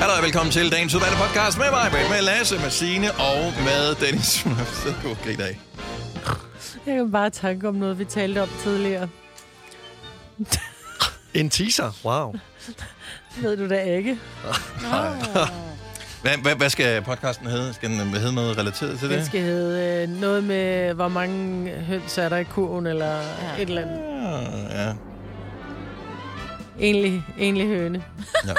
Hallo og velkommen til dagens udvalgte podcast med mig, Britt, med Lasse, med Signe og med Dennis. Så god grin af. Jeg kan bare tanke om noget, vi talte om tidligere. En teaser? Wow. Ved du da ikke? Hvad, hvad, hvad skal podcasten hedde? Skal den hedde noget relateret til Den det? skal hedde øh, noget med, hvor mange høns er der i kurven, eller ja. et eller andet. Øh, Ja, ja. Egentlig, egentlig høne. ja.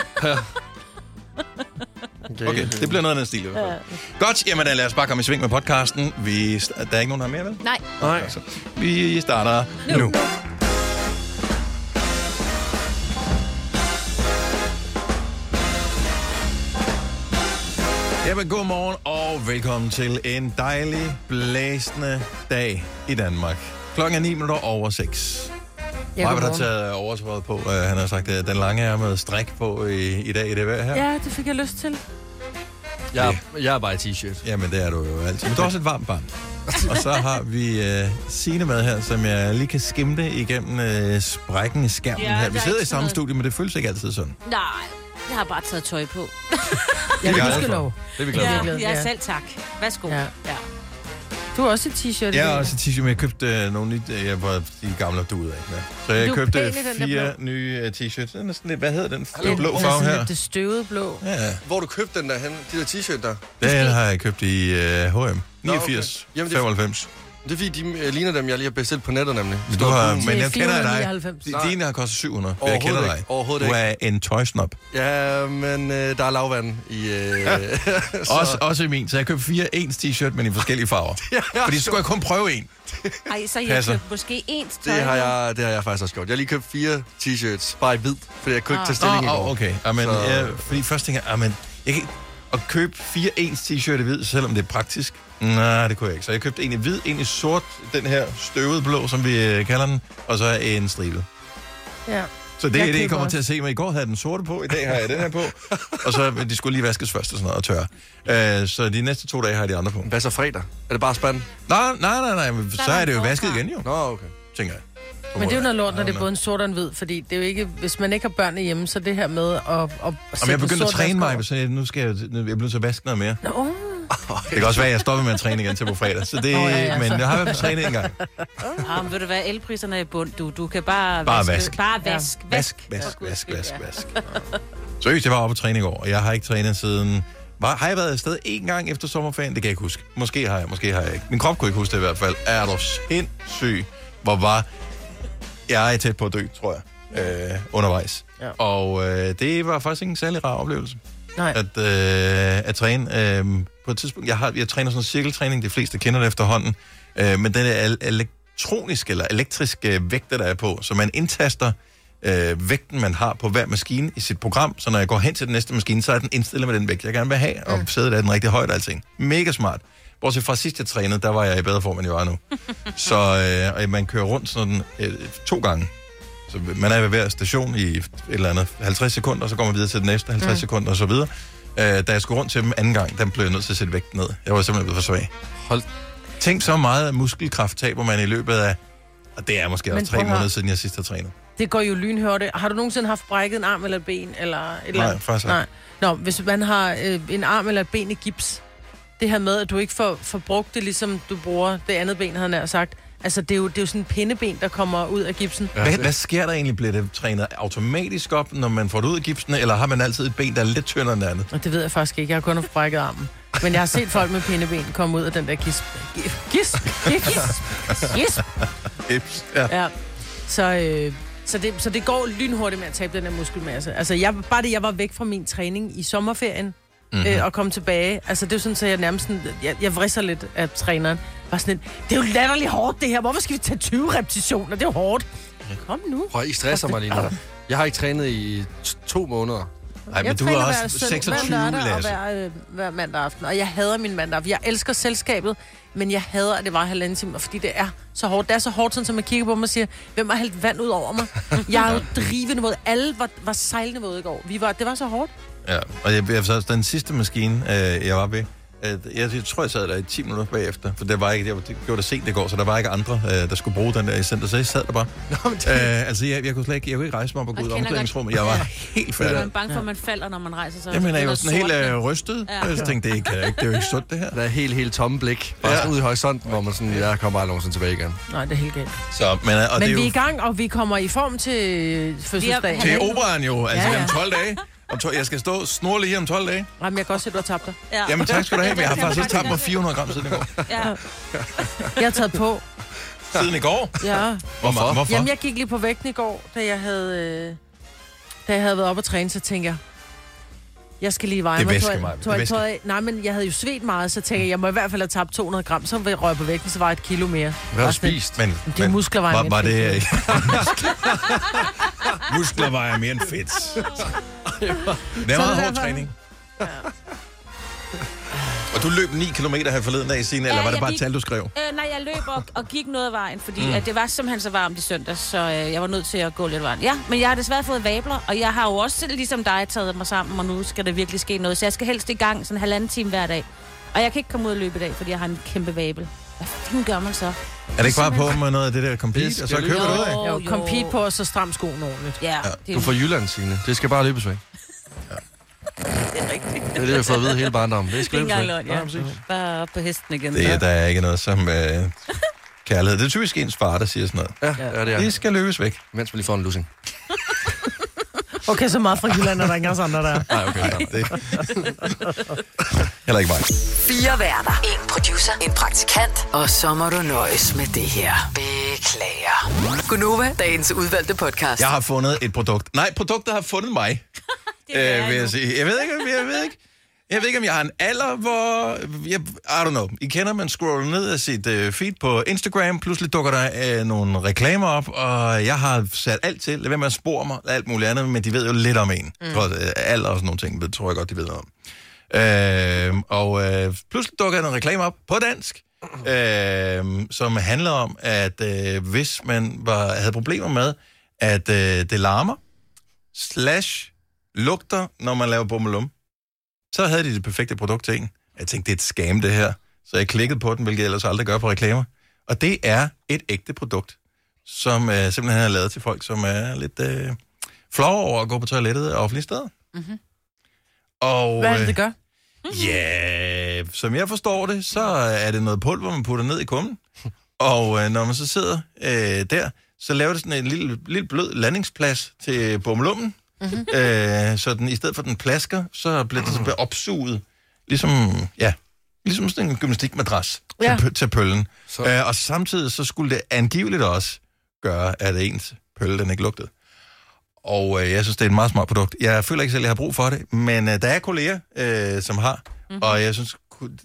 Okay, det bliver noget af den stil i hvert fald. Ja. Godt, jamen da lad os bare komme i sving med podcasten. Vi, st- der er ikke nogen, der har mere, vel? Nej. Nej. Så Altså, vi starter nu. nu. Jamen, godmorgen og velkommen til en dejlig, blæsende dag i Danmark. Klokken er 9 minutter over 6. Ja, Maja har taget oversvaret på. Øh, han har sagt, at den lange er med strik på i, i dag i det vejr her. Ja, det fik jeg lyst til. Jeg, jeg er bare i t-shirt. Jamen, det er du jo altid. Men du er også et varmt barn. Og så har vi øh, Signe med her, som jeg lige kan skimte igennem øh, sprækken i skærmen Ja, ja, her. der Vi er sidder i ikke sådan samme noget. studie, men det føles ikke altid sådan. Nej, jeg har bare taget tøj på. Ja, glade du skal for. lov. Det er vi glade for. Ja, glad, ja, ja. selv tak. Værsgo. Ja. Ja. ja. Du er også i t-shirt. Jeg Lene. har også et t-shirt, men jeg købte øh, nogle nye... øh, Jeg var de gamle du ud af. Ja. Så jeg Du er købte pæn i den der fire nye øh, t-shirts. Den er sådan lidt, hvad hedder den? Den- Den blå den er farve sådan her. lidt Det støvede blå. Ja, Hvor du købte den der hen, de der t-shirt der. den har jeg købt i øh, H&M. Nå, okay. 89, Jamen, det er- 95. Det er fordi, de øh, ligner dem, jeg lige har bestilt på nettet nemlig. Du har, men Det er jeg kender dig. 499. Di- Dine har kostet 700, for jeg Overhovedet kender ikke. dig. Overhovedet Du er en tøjsnop. Ja, men øh, der er lavvand i... Øh, så, Også, også i min. Så jeg købte fire ens t-shirt, men i forskellige farver. Fordi så skulle jeg kun prøve en. Ej, så jeg Passer. købte måske ens tøj. det, har jeg, det har jeg faktisk også gjort. Jeg har lige købt fire t-shirts, bare i hvid, fordi jeg kunne Ah. ikke tage Åh, stilling i går. oh, okay. Amen, Så- ja, fordi først tænker jeg, amen, jeg kan ikke- at købe fire ens t-shirt i hvid, selvom det er praktisk. Nej, det kunne jeg ikke. Så jeg købte en i hvid, en i sort, den her støvede blå, som vi øh, kalder den, og så en stribe. Ja. Så det Jeg er det, I køber kommer også. til at se. Men i går havde jeg den sorte på, i dag har jeg den her på. og så de skulle lige vaskes først og sådan noget og tørre. Øh, så de næste to dage har jeg de andre på. Hvad så fredag? Er det bare spand? Nej, nej, nej, nej. men er Så der er en det jo forfra. vasket igen jo, Nå, okay. tænker jeg. Men det er jo noget lort, I når don't det er know. både en sort og en hvid, fordi det er jo ikke, hvis man ikke har børn hjemme, så det her med at... at Om jeg begynder at træne mig, så jeg, nu skal jeg, nu, jeg bliver så vaske noget mere. Nå, Det kan også være, at jeg stopper med at træne igen til på fredag. Så det, Nå, oh, ja, ja, ja, men så. jeg har været på træne en gang. Ah, ved du hvad, elpriserne er i bund, du. Du kan bare, Bare vaske. vask. Bare vask. Ja. Vask, vask, vask, vask, vask. Seriøst, jeg var oppe på træning i går, og jeg har ikke trænet siden... Var, har jeg været afsted én gang efter sommerferien? Det kan jeg ikke huske. Måske har jeg, måske har jeg ikke. Min krop kunne ikke huske det i hvert fald. Er du sindssyg? Hvor var... Jeg er tæt på at dø, tror jeg, øh, undervejs. Ja. Og øh, det var faktisk ikke en særlig rar oplevelse. nej. at, øh, at træne. Øh, på et tidspunkt, jeg, har, jeg træner sådan en cirkeltræning, de fleste kender det efterhånden, øh, men den er el- elektronisk eller elektrisk øh, vægter, der er på, så man indtaster øh, vægten, man har på hver maskine i sit program, så når jeg går hen til den næste maskine, så er den indstillet med den vægt, jeg gerne vil have, og sædet er den rigtig højt og alting. Mega smart. Bortset fra sidst jeg trænede, der var jeg i bedre form, end jeg var nu. så øh, og man kører rundt sådan øh, to gange. Så man er ved hver station i et eller andet 50 sekunder, og så går man videre til den næste 50 mm. sekunder og så videre. Øh, da jeg skulle rundt til dem anden gang, den blev jeg nødt til at sætte vægten ned. Jeg var simpelthen blevet for svag. Hold. Tænk så meget muskelkraft taber man i løbet af, og det er måske Men også tre prøv at høre. måneder siden, jeg sidst har trænet. Det går jo lynhørte. Har du nogensinde haft brækket en arm eller et ben? Eller et eller Nej, andet? faktisk ikke. Nej. Nå, hvis man har øh, en arm eller et ben i gips, det her med, at du ikke får, får brugt det, ligesom du bruger det andet ben, havde jeg nær sagt. Altså, det er, jo, det er jo sådan en pindeben, der kommer ud af gipsen. Ja. Hvad, hvad sker der egentlig? Bliver det trænet automatisk op, når man får det ud af gipsen, eller har man altid et ben, der er lidt tyndere end det andet? Og det ved jeg faktisk ikke. Jeg har kun haft brækket armen. Men jeg har set folk med pindeben komme ud af den der gisp. Gi- Gisp? Gisp? Gisp? Gips, ja. Ja. Så, øh, så, det, så det går lynhurtigt med at tabe den her muskelmasse. Altså, jeg, bare det, jeg var væk fra min træning i sommerferien, mm-hmm. øh, og kom tilbage. Altså, det er jo sådan, så jeg nærmest sådan, jeg, jeg vrisser lidt af træneren. Bare sådan lidt, det er jo latterligt hårdt, det her. Hvorfor skal vi tage 20 repetitioner? Det er jo hårdt. Kom nu. Prøv, I stresser mig lige nu. Jeg har ikke trænet i t- to måneder. Ej, men jeg du træner er hver også søndag, 26, hver lørdag Lasse. Og hver, øh, hver mandag aften. Og jeg hader min mandag aften. Jeg elsker selskabet, men jeg hader, at det var halvanden time, fordi det er så hårdt. Det er så hårdt, sådan, som man kigger på mig og siger, hvem har hældt vand ud over mig? Jeg er jo drivende våd. Alle var, var sejlende våde i går. Vi var, det var så hårdt. Ja, og jeg, jeg, så den sidste maskine, øh, jeg var ved, Øh, Jeg, jeg tror, jeg sad der i 10 minutter bagefter, for der var ikke, jeg, det gjorde det sent i går, så der var ikke andre, øh, der skulle bruge den der i center, så jeg sad der bare. Nå, men det, Øh, altså, jeg, jeg, kunne slet ikke, jeg kunne ikke rejse mig op og gå Jeg ud af kender godt- omklædningsrummet. Jeg var helt Ja. færdig. Man er bange for, at man falder, når man rejser sig. Jamen, jeg var er sådan helt øh, rystet, Ja. og jeg tænkte, det kan jeg ikke, det er jo ikke sundt, det her. der er helt, helt tomme blik. Bare Ja. ja. ud i horisonten, hvor man sådan, jeg kommer bare nogensinde tilbage igen. Nej, det er helt galt. Så, men, øh, og det Men er vi er i jo gang, og vi kommer i form til fødselsdagen. Vi til er- operan jo, altså Ja, ja. om 12 dage. Om 12, jeg skal stå snorlig lige om 12 dage. Jamen, jeg kan godt se, at du har tabt dig. Ja. Jamen tak skal du have, men jeg har Ja, faktisk det også var tabt mig godt. 400 gram siden i går. Ja. Jeg har taget på. Siden i går? Ja. Hvorfor? Hvorfor? Jamen, jeg gik lige på vægten i går, da jeg havde, øh, da jeg havde været op og træne, så tænkte jeg, jeg skal lige veje Det er mig. væske, Tog jeg- Maja. Det tog jeg er væske. tøjet af? Nej, men jeg havde jo svedt meget, så tænkte jeg, jeg må i hvert fald have tabt 200 gram, så røg jeg på vægten, så var jeg et kilo mere. Hvad har du Resten- spist? Men, Det er men, muskler, var, var, en var anden det... ting. muskler vejer mere end fedt. Det er Så er det meget hård derfor. træning. Og du løb 9 km her forleden dag, Signe, eller Ja, var det jeg bare et gik- tal, du skrev? Øh, nej, jeg løb og, og gik noget af vejen, fordi mm. at det var simpelthen så varmt i søndags, så øh, jeg var nødt til at gå lidt af vejen. Ja, men jeg har desværre fået vabler, og jeg har jo også ligesom dig taget mig sammen, og nu skal der virkelig ske noget. Så jeg skal helst i gang sådan en halvanden time hver dag. Og jeg kan ikke komme ud og løbe i dag, fordi jeg har en kæmpe vabel. Hvad fanden gør man så? Er det ikke bare på med noget af det der compete, og så skal køber du løbe. ud af? Jo, compete på, og så stram skoen ordentligt. Ja, ja det Du får Jylland, Signe. Det skal bare løbes væk. Ja. Det er det, jeg har fået at vide hele barndommen. Det Det skal er ikke løbes engang væk. løgn, ja. Bare op på hesten igen. Det, er- der er ikke noget som øh, kærlighed. Det er typisk ens far, der siger sådan noget. Ja, ja, det er. Det skal løbes væk. Mens vi lige får en lussing. Okay, så meget fra Jylland, og der er ikke engang andre, der er. Nej, okay. Nej, det... Heller ikke mig. Fire værter. En producer. En praktikant. Og så må du nøjes med det her. Beklager. Gunova, dagens udvalgte podcast. Jeg har fundet et produkt. Nej, produktet har fundet mig, øh, vil jeg sige. Jeg ved ikke, om- jeg ved ikke. Jeg ved ikke, om jeg har en alder, hvor... Jeg, I don't know. I kender, man scroller ned af sit øh, feed på Instagram. Pludselig dukker der øh, nogle reklamer op, og jeg har sat alt til. Lad være med at spore mig og alt muligt andet, men de ved jo lidt om en. Mm. Trods, øh, alder og sådan nogle ting, det tror jeg godt, de ved noget om. Øh, og øh, pludselig dukker der en reklame op på dansk, øh, som handler om, at øh, hvis man var, havde problemer med, at øh, det larmer, slash lugter, når man laver bummelum, så havde de det perfekte produkt til en. Jeg tænkte, det er et scam, det her. Så jeg klikkede på den, hvilket jeg ellers aldrig gør på reklamer. Og det er et ægte produkt, som øh, simpelthen er lavet til folk, som er lidt øh, flove over at gå på toilettet af offentlige steder. Mm-hmm. Og, Hvad er det, øh, det gør? Ja, som jeg forstår det, så er det noget pulver, man putter ned i kummen. Og øh, når man så sidder øh, der, så laver det sådan en lille, lille blød landingsplads til bummelummen. Mm-hmm. Øh, så den, i stedet for at den plasker, så bliver den så bliver opsuget. Ligesom, ja, ligesom sådan en gymnastikmadras ja. Ja. til, pø- til pøllen. Så- Øh, og samtidig så skulle det angiveligt også gøre, at ens pølle den ikke lugtede. Og øh, jeg synes, det er et meget smart produkt. Jeg føler ikke selv, at jeg har brug for det, men øh, der er kolleger, øh, som har, mm-hmm. og jeg synes, kunne,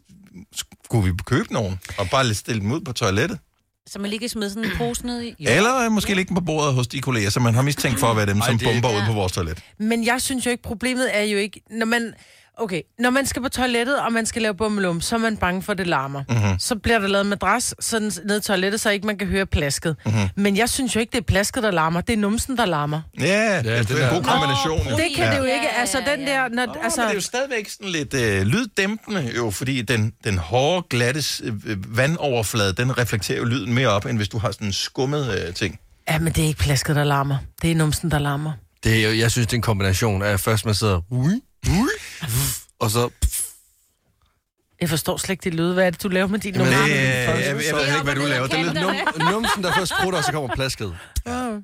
skulle vi købe nogen og bare lidt stille dem ud på toilettet? Så man lige kan smide sådan en pose ned i. Jo. Eller øh, måske lægge dem på bordet hos de kolleger, som man har mistænkt for at være dem, som det er- bomber ud på vores toilet. Men jeg synes jo ikke, problemet er jo ikke, når man, okay, når man skal på toilettet, og man skal lave bummelum, så er man bange for, at det larmer. Mhm. Mm-hmm. Så bliver der lavet madras sådan ned i toilettet, så ikke man kan høre plasket. Mhm. Mm-hmm. Men jeg synes jo ikke, det er plasket, der larmer, det er numsen, der larmer. Ja, yeah, Ja, det, det det er der- en god kombination. Nå, jo. Det kan ja. det jo Ja, ikke, ja, altså ja, den der, når, Nå, altså... men det er jo altså, stadigvæk sådan lidt øh, lyddæmpende, jo, fordi den, den hårde, glatte øh, øh, vandoverflade, den reflekterer jo lyden mere op, end hvis du har sådan en skummet øh, ting. ja, men det er ikke plasket, der larmer, det er numsen, der larmer. Det er, jo- jeg synes, det er en kombination af, at først man sidder, ui, ui, og så, Jeg forstår slet ikke det lyde. Hvad er det, du laver med din Jamen, numse? Det, øh, det jeg, er- jeg ved ikke, hvad du laver. Det er lidt num, numsen, der først sprutter, og så kommer plasket. Ah, okay.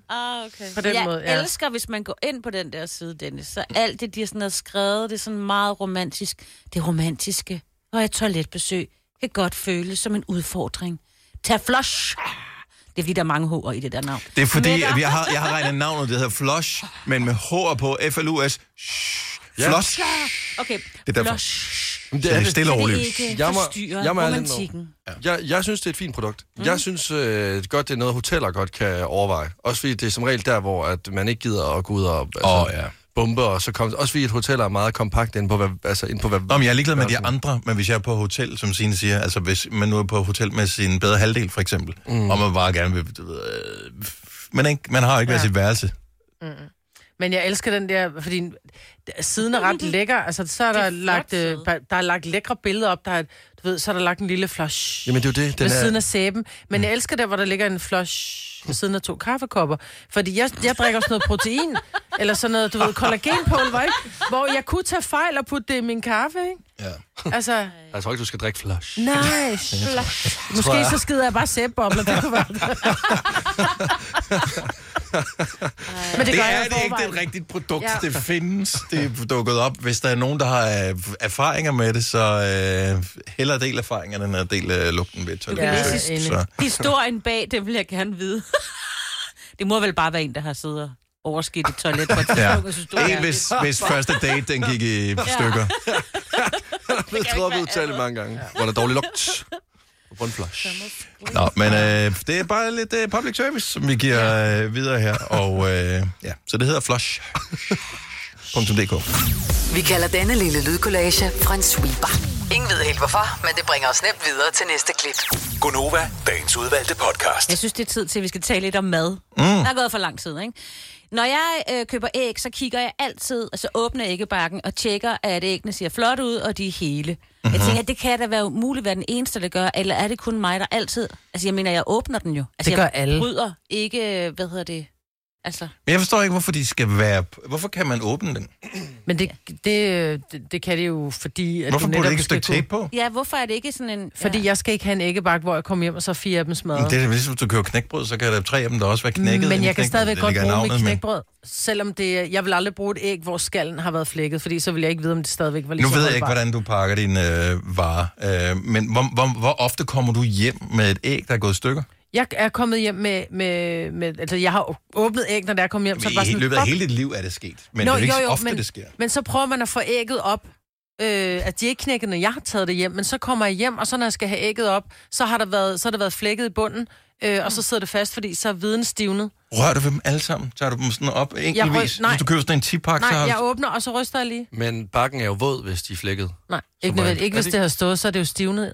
På den jeg måde, ja. elsker, hvis man går ind på den der side, Dennis. Så alt det, de har sådan noget skrevet, det er sådan meget romantisk. Det romantiske og et toiletbesøg kan godt føles som en udfordring. Tag flush! Det er fordi, der er mange h'er i det der navn. Det er fordi, at jeg har, jeg har regnet navnet, det hedder Flush, men med H'er på F-L-U-S. Shh. Ja. Flush. Okay, Det er derfor. flush. Jamen, Det er stille og Det roligt. er ikke Jeg må- forstyrre jeg må ærligt indrømme. romantikken. Jeg, jeg synes, det er et fint produkt. Mm. Jeg synes øh, godt, det er noget, hoteller godt kan overveje. Også fordi det er som regel der, hvor at man ikke gider at gå ud og altså, Åh, ja. bombe. Og så kom, også fordi et hoteller er meget kompakt inde på, hvad, altså, inde på hvad, Nå, men jeg er ligeglad med de andre, men hvis jeg er på hotel, som Signe siger, altså hvis man nu er på hotel med sin bedre halvdel, for eksempel, mm. og man bare gerne vil, du ved, øh, man, er ikke, man har jo ikke ja. været sit værelse. Men jeg elsker den der, fordi siden er ret lækker. Altså, så er Det der, er er flot lagt, øh, side. der er lagt lækre billeder op. Der er, et- du ved, så er der lagt en lille flush Jamen, det er jo det. Den ved siden er, af sæben. Men Mm. jeg elsker der, hvor der ligger en flush ved siden af to kaffekopper. Fordi jeg, jeg drikker sådan noget protein, eller sådan noget, du ved, kollagenpulver, ikke? Hvor jeg kunne tage fejl og putte det i min kaffe, ikke? Ja. Altså, jeg tror ikke, du skal drikke flush. nej, flush. Måske så skider jeg bare sæbebobler, det kunne være det. Men det, Det gør er jeg det i ikke forvejen. det rigtige produkt. Ja. Ja. Det findes. Det er dukket op. Hvis der er nogen, der har øh, erfaringer med det, så øh, hellere del erfaringerne, end at dele øh, lugten ved et toiletbesøg. læse his- Så- Historien bag, det vil jeg gerne vide. det må vel bare være en, der har siddet og overskidt et toilet på et tidspunkt, Ja. ja. og synes, du En, hvis, hvis første date, den gik i stykker. Jeg tror, vi udtalte mange gange, hvor der dårlig lugt. Og på en flush. Nå, men øh, det er bare lidt øh, public service, som vi giver øh, videre her. Og øh, ja, så det hedder flush.dk. Vi kalder denne lille lydkollage Frans sweeper. Ingen ved helt hvorfor, men det bringer os nemt videre til næste klip. Gunova, dagens udvalgte podcast. Jeg synes, det er tid til, at vi skal tale lidt om mad. Mm. Der er gået for lang tid, ikke? Når jeg øh, køber æg, så kigger jeg altid, altså åbner æggebakken og tjekker, at æggene ser flot ud, og de er hele. Mhm. Mm-hmm. Jeg tænker, det kan da være umuligt, være den eneste, der gør, eller er det kun mig, der altid... Altså, jeg mener, jeg åbner den jo. Altså, Det gør jeg alle. bryder ikke, øh, hvad hedder det... Altså, Men jeg forstår ikke, hvorfor de skal være... Hvorfor kan man åbne den? Men det, det, øh, det, det kan det jo, fordi... At Hvorfor du burde netop det ikke et skal stykke tape på? ja, hvorfor er det ikke sådan en... Kunne, fordi ja. jeg skal ikke have en æggebakke, hvor jeg kommer hjem, og så er fire af dem smadret. Men Det er ligesom, hvis du køber knækbrød, så kan der tre af dem der også være knækket. Men inden jeg kan knækbrød. stadigvæk Det godt ligger i bruge mit navnet, men- knækbrød, selvom det er, jeg vil aldrig bruge et æg, hvor skallen har været flækket, fordi så vil jeg ikke vide, om det stadigvæk var lige Nu så ved jeg ikke, holdbart. hvordan du pakker dine øh, varer, øh, men hvor, hvor, hvor ofte kommer du hjem med et æg, der er gået i stykker? Jeg er kommet hjem med, med, med, altså jeg har åbnet æg, når der er kommet hjem, så er det bare Men I sådan, løbet af fuck. hele dit liv er det sket, men det er ikke så ofte, men, det sker. men så prøver man at få ægget op, øh, at de ikke knækket, når jeg har taget det hjem, men så kommer jeg hjem, og så når jeg skal have ægget op, så har der været, så har der været flækket i bunden, øh, og Mm. så sidder det fast, fordi så er viden stivnet. Rører du ved dem alle sammen? Tager du dem sådan op enkeltvis? nej. Hvis du køber sådan en 10-pakke, så Nej, har jeg du... åbner, og så ryster jeg lige. Men bakken er jo våd, hvis de er flækket. Nej, ikke, meget. nødvendigt. ikke Er hvis det- det har stået, så er det jo stivnet.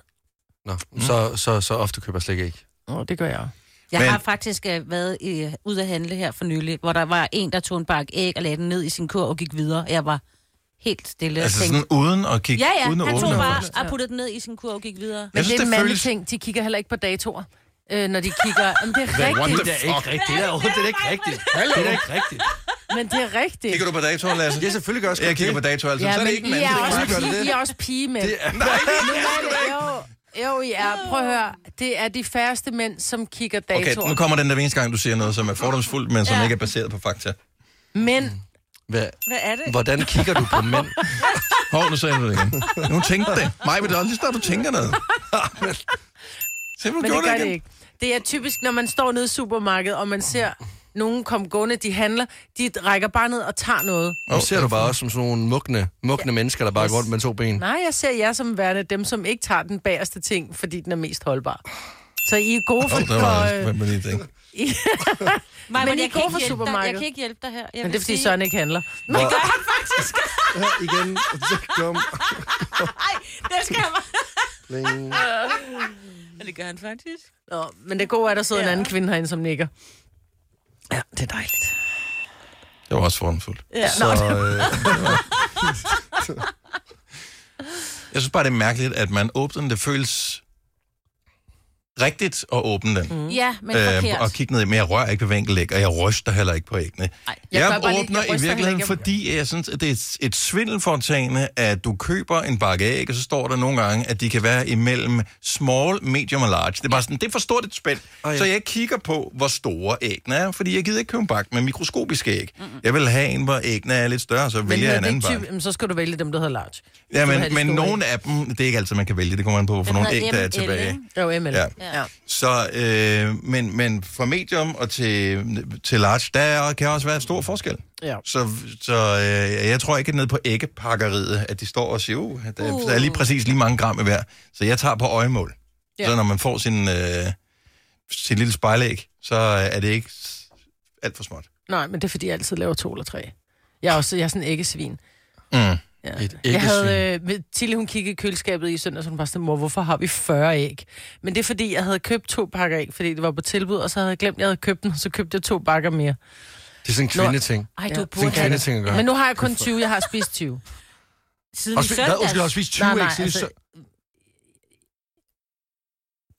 Nå, så, så, så ofte køber jeg slet ikke æg. Åh, det gør jeg også. Jeg Men- har faktisk øh, været øh, ude at handle her for nylig, hvor der var en, der tog en bakke æg og lagde den ned i sin kur og gik videre. Jeg var helt stille Altså og tænkte... sådan uden at kigge... Ja, ja, uden at han tog åbne bare noget. og puttede den ned i sin kur og gik videre. Men Jeg synes, synes, det er en det mandlig føles- ting. De kigger heller ikke på datoer, øh, når de kigger. Men det er What rigtigt. the fuck? Det er ikke rigtigt. Det er, overhovedet- det er ikke rigtigt. Det er da ikke rigtigt. Men det er rigtigt. Kigger du på datoen, Lasse? Ja, selvfølgelig gør jeg sgu Jeg kigger på det. datoen, altså. ja, så er men det ikke en I, anden er ting. også Hvorfor gør du pige, I det? er også pigemænd. Det er- Nej, Men jo, jo, I er. Prøv at høre. Det er de færreste mænd, som kigger Okay, datoer. nu kommer den der eneste gang, du siger noget, som er fordomsfuldt, men som Ja. ikke er baseret på fakta. Men Hvad, Hvad er det? hvordan kigger du på mænd? Hov, nu sagde du det igen. Nu tænkte det. Mig, men det er aldrig snart, du tænker noget. Se, hvor Men gjorde det gør igen. det ikke. Det er typisk, når man står nede i supermarkedet, og man ser nogen komme gående, de handler, de rækker bare ned og tager noget. Nu ser du bare også som sådan nogle mugne, mugne mennesker, der bare går rundt med to ben. Nej, jeg ser jer som værende dem, som ikke tager den bagerste ting, fordi den er mest holdbar. Så I er gode for... Hov, det var for også, øh, hvad man lige tænkte. Maj, Men I jeg, går kan ikke hjælpe fra dig. jeg supermarkedet. kan ikke hjælpe dig her. Jeg men det vil er, fordi sige- Søren ikke handler. Ja, igen. Så kom. Ej, det skal jeg bare... det gør han faktisk. Nå, men det gode er, at der sidder ja. Mm. en anden kvinde herinde, som nikker. Ja, det er dejligt. Det var også fordomsfuldt. øh, Ja, så... Nå, Jeg synes bare, det er mærkeligt, at man åbner den. Det føles rigtigt at åbne den. Mm. Ja, men forkert. og kigge ned i, men jeg rører ikke på hver enkelt æg, og jeg ryster heller ikke på æggene. Nej, Jeg, jeg gør jeg bare lige- jeg åbner ryster i heller virkeligheden, ikke. fordi jeg synes, at det er et- et svindelfontane, at du køber en bakke æg, og så står der nogle gange, at de kan være imellem small, medium og large. Det er bare sådan, det er for stort et spænd. Oh, Åh, ja. ja. Så jeg kigger på, hvor store æggene er, fordi jeg gider ikke købe en bakke med mikroskopiske æg. Mm-hmm. Jeg vil have en, hvor æggene er lidt større, så men vælger hedder jeg det en anden ikke bakke. typ, jamen, så skal du vælge dem, der hedder large. Ja, Du har men, de men store nogle af dem, det er ikke altid, man kan vælge. Det kommer an på, hvorfor Den nogle æg, hedder der er ML, tilbage. ikke? Jo, ML. Ja. ja. Så, øh, men, men fra medium og til, til large, der kan også være stor forskel. ja. Så, så øh, jeg tror ikke, at nede på æggepakkeriet, at de står og siger, uh, der, uh. der er lige præcis lige mange gram i hver. Så jeg tager på øjemål. Ja. Ja. Så når man får sin, øh, sin lille spejlæg, så øh, er det ikke s- alt for småt. Nej, men det er, fordi jeg altid laver to eller tre. Jeg er, også, jeg er sådan en æggesvin. Mm. Ja. Et Jeg havde, øh, med- Tilly hun kiggede i køleskabet i søndags, og hun var sådan, mor, hvorfor har vi 40 æg? Men det er fordi, jeg havde købt to pakker æg, fordi det var på tilbud, og så havde jeg glemt, at jeg havde købt dem, og så købte jeg to pakker mere. Det er sådan en Nå, kvindeting. Ej, Ja. Det du er burde en have det. kvindeting at gøre. Men nu har jeg kun 20, jeg har spist 20. Siden i Og spi- hvad? Undskyld, har søndags. spist 20 Nej, nej, nej, æg siden altså- altså...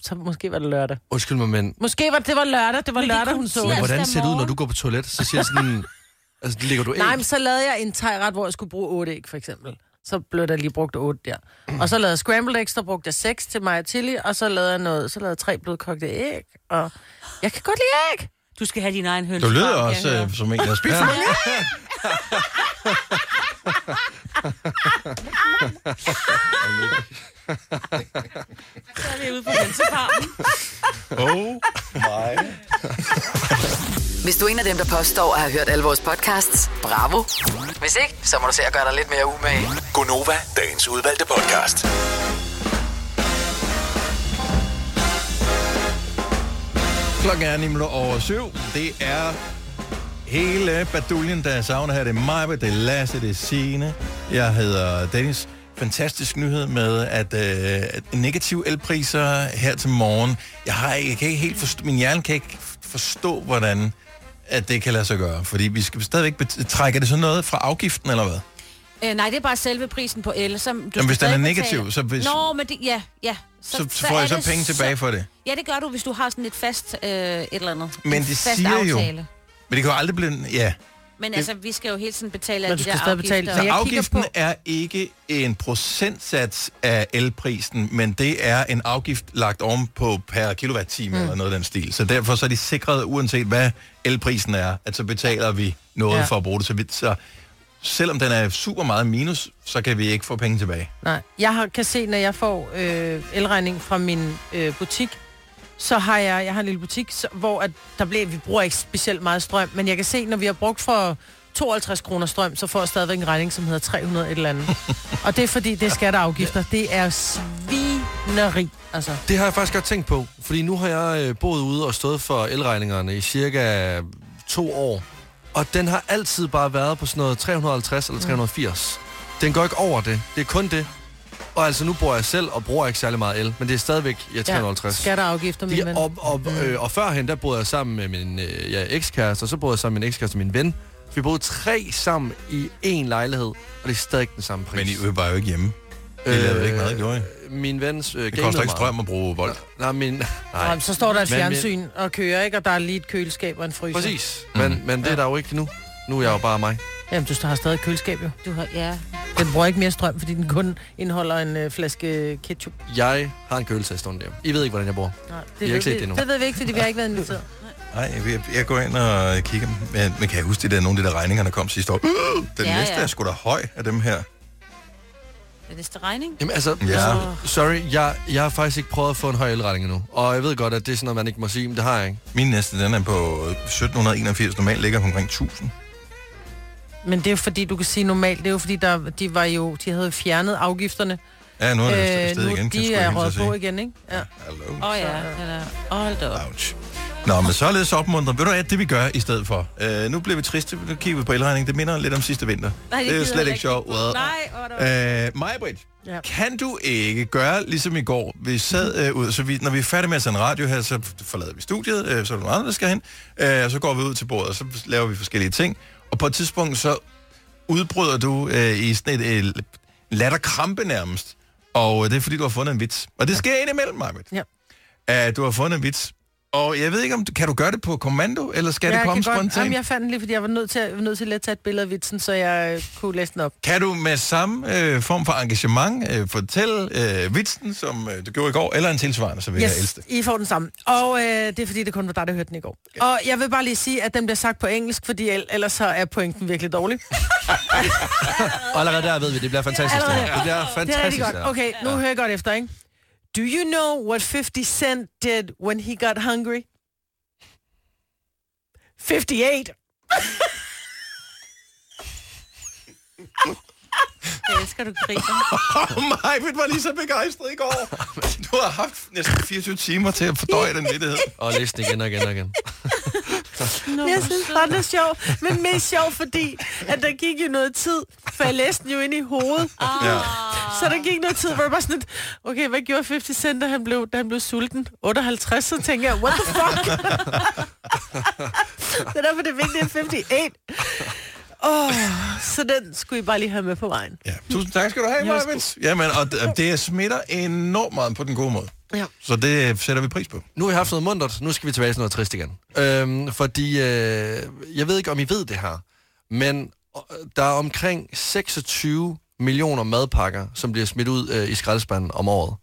Så måske var det lørdag. Undskyld mig, men, Måske var det var lørdag, det var Men det er lørdag, kun hun så. men tirsdag hvordan ser det ud, når morgen. du går på toilet? Så siger jeg sådan... altså, ligger du æg? Nej, men så lavede jeg en tegret, hvor jeg skulle bruge 8 æg, for eksempel. Så blev der lige brugt 8 der. Og så lavede jeg scrambled eggs, der brugte jeg 6 til mig og Tilly, og så lavede jeg noget, så lavede jeg tre blødkogte æg, og jeg kan godt lide æg. Du skal have din egen høns. Du lyder også øh, som en, der spiser mange Så er vi ude på hønsefarmen. Oh my. Hvis du er en af dem, der påstår at have hørt alle vores podcasts, bravo. Hvis ikke, så må du se at gøre dig lidt mere umage. Gonova, dagens udvalgte podcast. Klokken er 9 minutter over syv. Det er hele baduljen, der savner her. Det er mig, det er Lasse, det er Signe. Jeg hedder Dennis. Fantastisk nyhed med, at øh, at negative elpriser her til morgen. Jeg har ikke, jeg kan ikke helt forstå, min hjerne kan ikke forstå, hvordan at det kan lade sig gøre. Fordi vi skal stadigvæk bet- trække det sådan noget fra afgiften, eller hvad? Øh, nej, det er bare selve prisen på el, som du skal hvis den stadig er betale. negativ, så hvis- Nå, men det, ja, ja. Så, så får er jeg så det penge tilbage for det. Ja, det gør du, hvis du har sådan et fast øh, et eller andet. Men En det fast siger jo- aftale. Men det kan jo aldrig blive... en- Ja. Men altså, vi skal jo hele tiden betale Men alle du de skal der stadig betale. afgifter. Så jeg kigger afgiften på- er ikke en procentsats af elprisen, men det er en afgift lagt oven på per kilowatt-time mm. eller noget af den stil. Så derfor så er de sikret, uanset hvad elprisen er, at så betaler vi noget Ja. ja. for at bruge det. Så, vi, så selvom den er super meget minus, så kan vi ikke få penge tilbage. Nej, jeg har, kan se, når jeg får øh, elregning fra min øh, butik, så har jeg, jeg har en lille butik, så, hvor at der bliver, vi bruger ikke specielt meget strøm, men jeg kan se, når vi har brugt for 52 kroner strøm, så får jeg stadigvæk en regning, som hedder 300 et eller andet. og det er fordi, det er skatteafgifter. Det er svineri, altså. Det har jeg faktisk godt tænkt på, fordi nu har jeg øh, boet ude og stået for elregningerne i cirka to år. Og den har altid bare været på sådan noget 350 Mm. eller 380. Den går ikke over det. Det er kun det. Og altså, nu bor jeg selv og bruger ikke særlig meget el, men det er stadigvæk ja, 350. Ja, skatteafgifter, min De, ven. og, og, øh, og førhen, der boede jeg sammen med min øh, ja, ekskæreste, og så boede jeg sammen med min ekskæreste og min ven. Vi boede tre sammen i én lejlighed, og det er stadig den samme pris. Men I var jo ikke hjemme. I øh, lavede ikke meget, gjorde I? Min vens... Øh, Det koster ikke strøm at bruge vold. Nej, min... Nej, Nej. Så står der et Men- men- fjernsyn og kører, ikke? Og der er lige et køleskab og en fryser. Præcis, men, mm. men det er der jo ikke nu. Nu er jeg jo bare mig. Jamen, du har stadig et køleskab, jo. Du har, ja. Den bruger ikke mere strøm, fordi den kun indeholder en øh, flaske ketchup. Jeg har en kølelse stående hjemme. I ved ikke, hvordan jeg bor. Nej, det Vi har ikke set det endnu. Det ved vi ikke, fordi vi har ikke været inviteret. Nej, jeg, jeg går ind og kigger. Men, men kan jeg huske, det der nogle af de der regninger, der kom sidste år? Øh, den ja, Ja, næste ja. er sgu da høj af dem her. Er det til regning? Jamen altså, Ja. altså sorry, jeg, jeg har faktisk ikke prøvet at få en høj elregning endnu. Og jeg ved godt, at det er sådan noget, man ikke må sige, men det har jeg ikke. Min næste, den er på 1781. Normalt ligger den omkring 1000. Men det er jo fordi, du kan sige normalt, det er jo fordi, der, de, var jo, de havde jo fjernet afgifterne. Ja, nu er det øh, Øh, stedet nu igen. kan jeg de sgu er hilse at røget sige. på igen, ikke? Ja. Hallo. Åh oh, ja, eller... Åh, oh, hold da op. Ouch. Nå, men således opmuntret. Ved du hvad, det vi gør i stedet for? Øh, nu bliver vi triste. Nu kigger vi på elregningen. Det minder lidt om sidste vinter. Nej, det det er jo gider slet jeg ikke ikke. sjovt. Nej, hvor er det- Øh, Majbrit, Ja. ja. kan du ikke gøre, ligesom i går, vi sad øh, ud, så vi, når vi er færdige med at sende radio her, så forlader vi studiet, øh, så er der nogle andre, der skal hen, øh, og så går vi ud til bordet, og så laver vi forskellige ting, og på et tidspunkt så udbryder du øh, i sådan et øh, latterkrampe nærmest, og øh, det er fordi, du har fundet en vits. Og det sker indimellem, Majbrit. Ja. At du har fundet en vits. Og jeg ved ikke, om du, kan du gøre det på kommando, eller skal det jeg, komme kan spontant? jamen, jeg fandt den lige, fordi jeg var nødt til, jeg var nødt til lige at tage et billede af vitsen, så jeg øh, kunne læse den op. Kan du med samme øh, form for engagement øh, fortælle øh, vitsen, som øh, du gjorde i går, eller en tilsvarende, så vil yes. jeg elske det. I får den samme. Og øh, det er fordi, det kun var dig, der hørte den i går. Okay. Og jeg vil bare lige sige, at den bliver sagt på engelsk, fordi el- ellers så er pointen virkelig dårlig. Og allerede der ved vi, det bliver fantastisk. Det, her. det bliver Det er rigtig fantastisk. godt. det her. Okay, nu hører jeg godt efter, ikke? Do you know what 50 Cent did when he got hungry? 58. Jeg elsker, du griner. Åh, Majbrit var lige så begejstret i går. Du har haft næsten 24 timer til at fordøje den vittighed. Og læs den igen og igen og igen. Jeg synes bare, det er sjovt. Men mest sjovt, fordi at der gik jo noget tid, for jeg læste den jo ind i hovedet. Ja. Så der gik noget tid, hvor jeg bare sådan lidt, okay, hvad gjorde 50 Cent, da han blev, da han blev sulten? 58, så tænker jeg, what the fuck? det er derfor, det er vigtigt, at 58. Oh, så den skulle I bare lige have med på vejen. Ja. Tusind tak skal du have, Værsgo. Marvins. Jamen, og d- det smitter enormt meget på den gode måde. Ja. Så det øh, sætter vi pris på. Nu har vi haft noget mundtet, nu skal vi tilbage til noget trist igen. Øhm, fordi, øh, jeg ved ikke, om I ved det her, men øh, der er omkring 26 millioner madpakker, som bliver smidt ud øh, i skraldespanden om året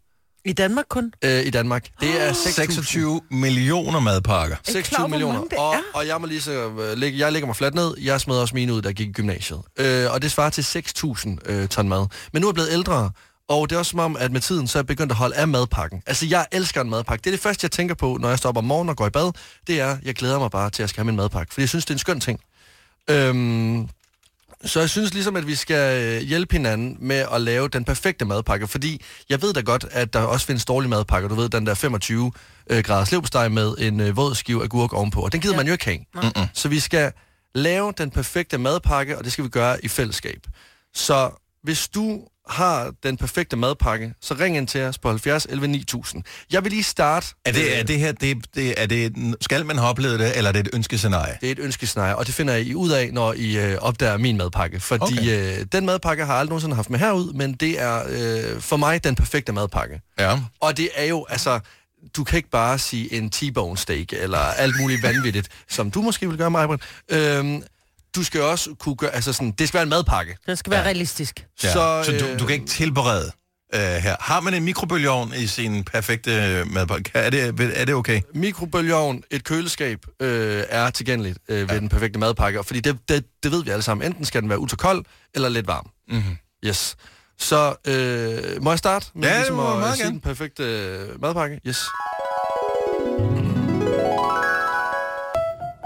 I Danmark kun. Ah. øh, i Danmark. Det er 26 26 millioner madpakker. Er I klar 26 over, hvor millioner. mange det Og, er? og jeg må lige så, øh, lægge, jeg lægger mig fladt ned. Jeg smed også mine ud, der gik i gymnasiet. Øh, og det svarer til 6.000 øh, ton mad. Men nu er jeg blevet ældre, og det er også som om, at med tiden, så er jeg begyndt at holde af madpakken. Altså, jeg elsker en madpakke. Det er det første, jeg tænker på, når jeg står op om morgenen og går i bad. Det er, jeg glæder mig bare til, at jeg skal have min madpakke. Fordi jeg synes, det er en skøn ting. Øhm, så jeg synes ligesom, at vi skal øh, hjælpe hinanden med at lave den perfekte madpakke, fordi jeg ved da godt, at der også findes dårlige madpakker. Du ved, den der 25 øh, graders leverpostej med en øh, våd skive agurk ovenpå, og den gider ja. man jo ikke have. Mm-mm. Så vi skal lave den perfekte madpakke, og det skal vi gøre i fællesskab. Så hvis du har den perfekte madpakke, så ring ind til os på 70 11 9000. Jeg vil lige starte... øh, Er det, er det her, det, det, er det, skal man have oplevet det, eller er det et ønskescenarie? Det er et ønskescenarie, og det finder I ud af, når I øh, opdager min madpakke. Fordi okay. øh, den madpakke har jeg aldrig nogensinde haft med herud, men det er øh, for mig den perfekte madpakke. Ja. Og det er jo, altså, du kan ikke bare sige en T-bone steak, eller alt muligt vanvittigt, som du måske vil gøre, Maja. Øhm, du skal også kunne gøre, altså sådan, det skal være en madpakke. Den skal være ja. realistisk. Ja. Så, så øh, du, du kan ikke tilberede øh, her. Har man en mikrobølgeovn i sin perfekte øh, madpakke? Kan- Er det, er det okay? mikrobølgeovn, et køleskab øh, er tilgængeligt øh, ved ja. den perfekte madpakke. Fordi det, det, det ved vi alle sammen. Enten skal den være utokold kold, eller lidt varm. Mhm. Mm-hmm. Yes. Så øh, må jeg starte med Ja, det ligesom må du at meget sige gerne. den perfekte øh, madpakke? Yes.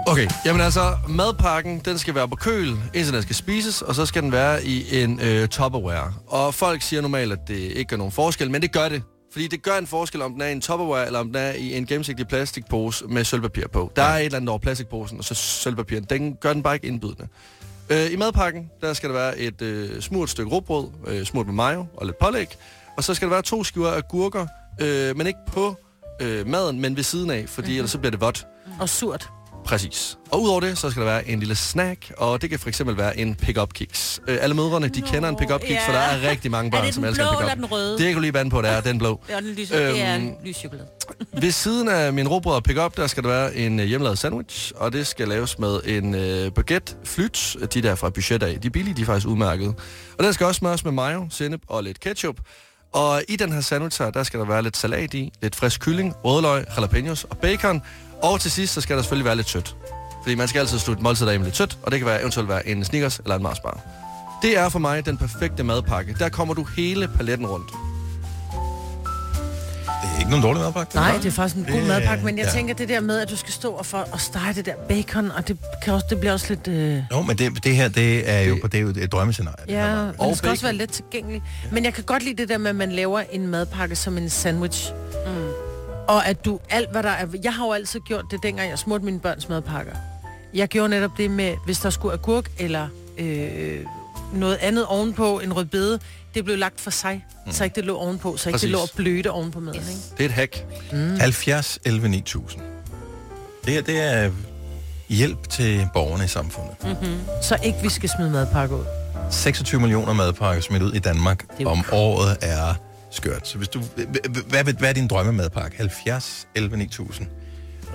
Okay, jamen altså, madpakken, den skal være på køl, indtil den skal spises, og så skal den være i en øh, Tupperware. Og folk siger normalt, at det ikke gør nogen forskel, men det gør det. Fordi det gør en forskel, om den er i en Tupperware, eller om den er i en gennemsigtig plastikpose med sølvpapir på. Der er et eller andet over plastikposen, og så sølvpapiren. Den gør den bare ikke indbydende. Øh, I madpakken, der skal der være et øh, smurt stykke råbrød, øh, smurt med mayo og lidt pålæg. Og så skal der være to skiver agurker, øh, men ikke på øh, maden, men ved siden af, fordi Mhm. mm-hmm. ellers så bliver det vådt. Og surt. Præcis. Og udover det, så skal der være en lille snack, og det kan for eksempel være en pick-up kiks. Øh, alle mødrene, de Nå, kender en pick-up kiks, for der ja. er rigtig mange Er børn, det som den elsker blå pick-up. eller den røde? Det kan du lige bande på, det er den blå. Det er, den lyse, øhm, det er Øhm, lys chokolade. Ved siden af min råbrød og pick-up, der skal der være en øh, hjemmelavet sandwich, og det skal laves med en øh, baguette flyt, de der fra budget af. De er billige, de er faktisk udmærket. Og den skal også smøres med mayo, sennep og lidt ketchup. Og i den her sandwich her, der skal der være lidt salat i, lidt frisk kylling, rødløg, jalapenos og bacon. Og til sidst, så skal der selvfølgelig være lidt sødt. Fordi man skal altid slutte måltidet af med lidt sødt, og det kan være eventuelt være en Snickers eller en Mars bar. Det er for mig den perfekte madpakke. Der kommer du hele paletten rundt. Det er ikke nogen dårlig madpakke. Nej, det er faktisk en god Det- madpakke, men jeg ja. tænker det der med, at du skal stå og, for, og stege det der bacon, og det, kan også, det bliver også lidt... Øh... Jo, men det, det her, det er jo, det er jo et drømmescenarie. det her, Ja, Maja. men den skal Og også være let tilgængelig. Men jeg kan godt lide det der med, at man laver en madpakke som en sandwich. Mm. Og at du, alt hvad der er... Jeg har jo altid gjort det, dengang jeg smurte mine børns madpakker. Jeg gjorde netop det med, hvis der skulle agurk eller øh, noget andet ovenpå, en rødbede, det blev lagt for sig, mm. så ikke det lå ovenpå, så ikke Præcis. Præcis. det lå og blødte ovenpå maden, ikke? Det er et hack. 70 11 9000. Det her, det er hjælp til borgerne i samfundet. Mm. Så ikke vi skal smide madpakke ud. 26 millioner madpakker smidt ud i Danmark er jo om året er skørt. Så hvis du, h- h- hvad, vil- hvad er din drømmemadpakke? 70 11 9000.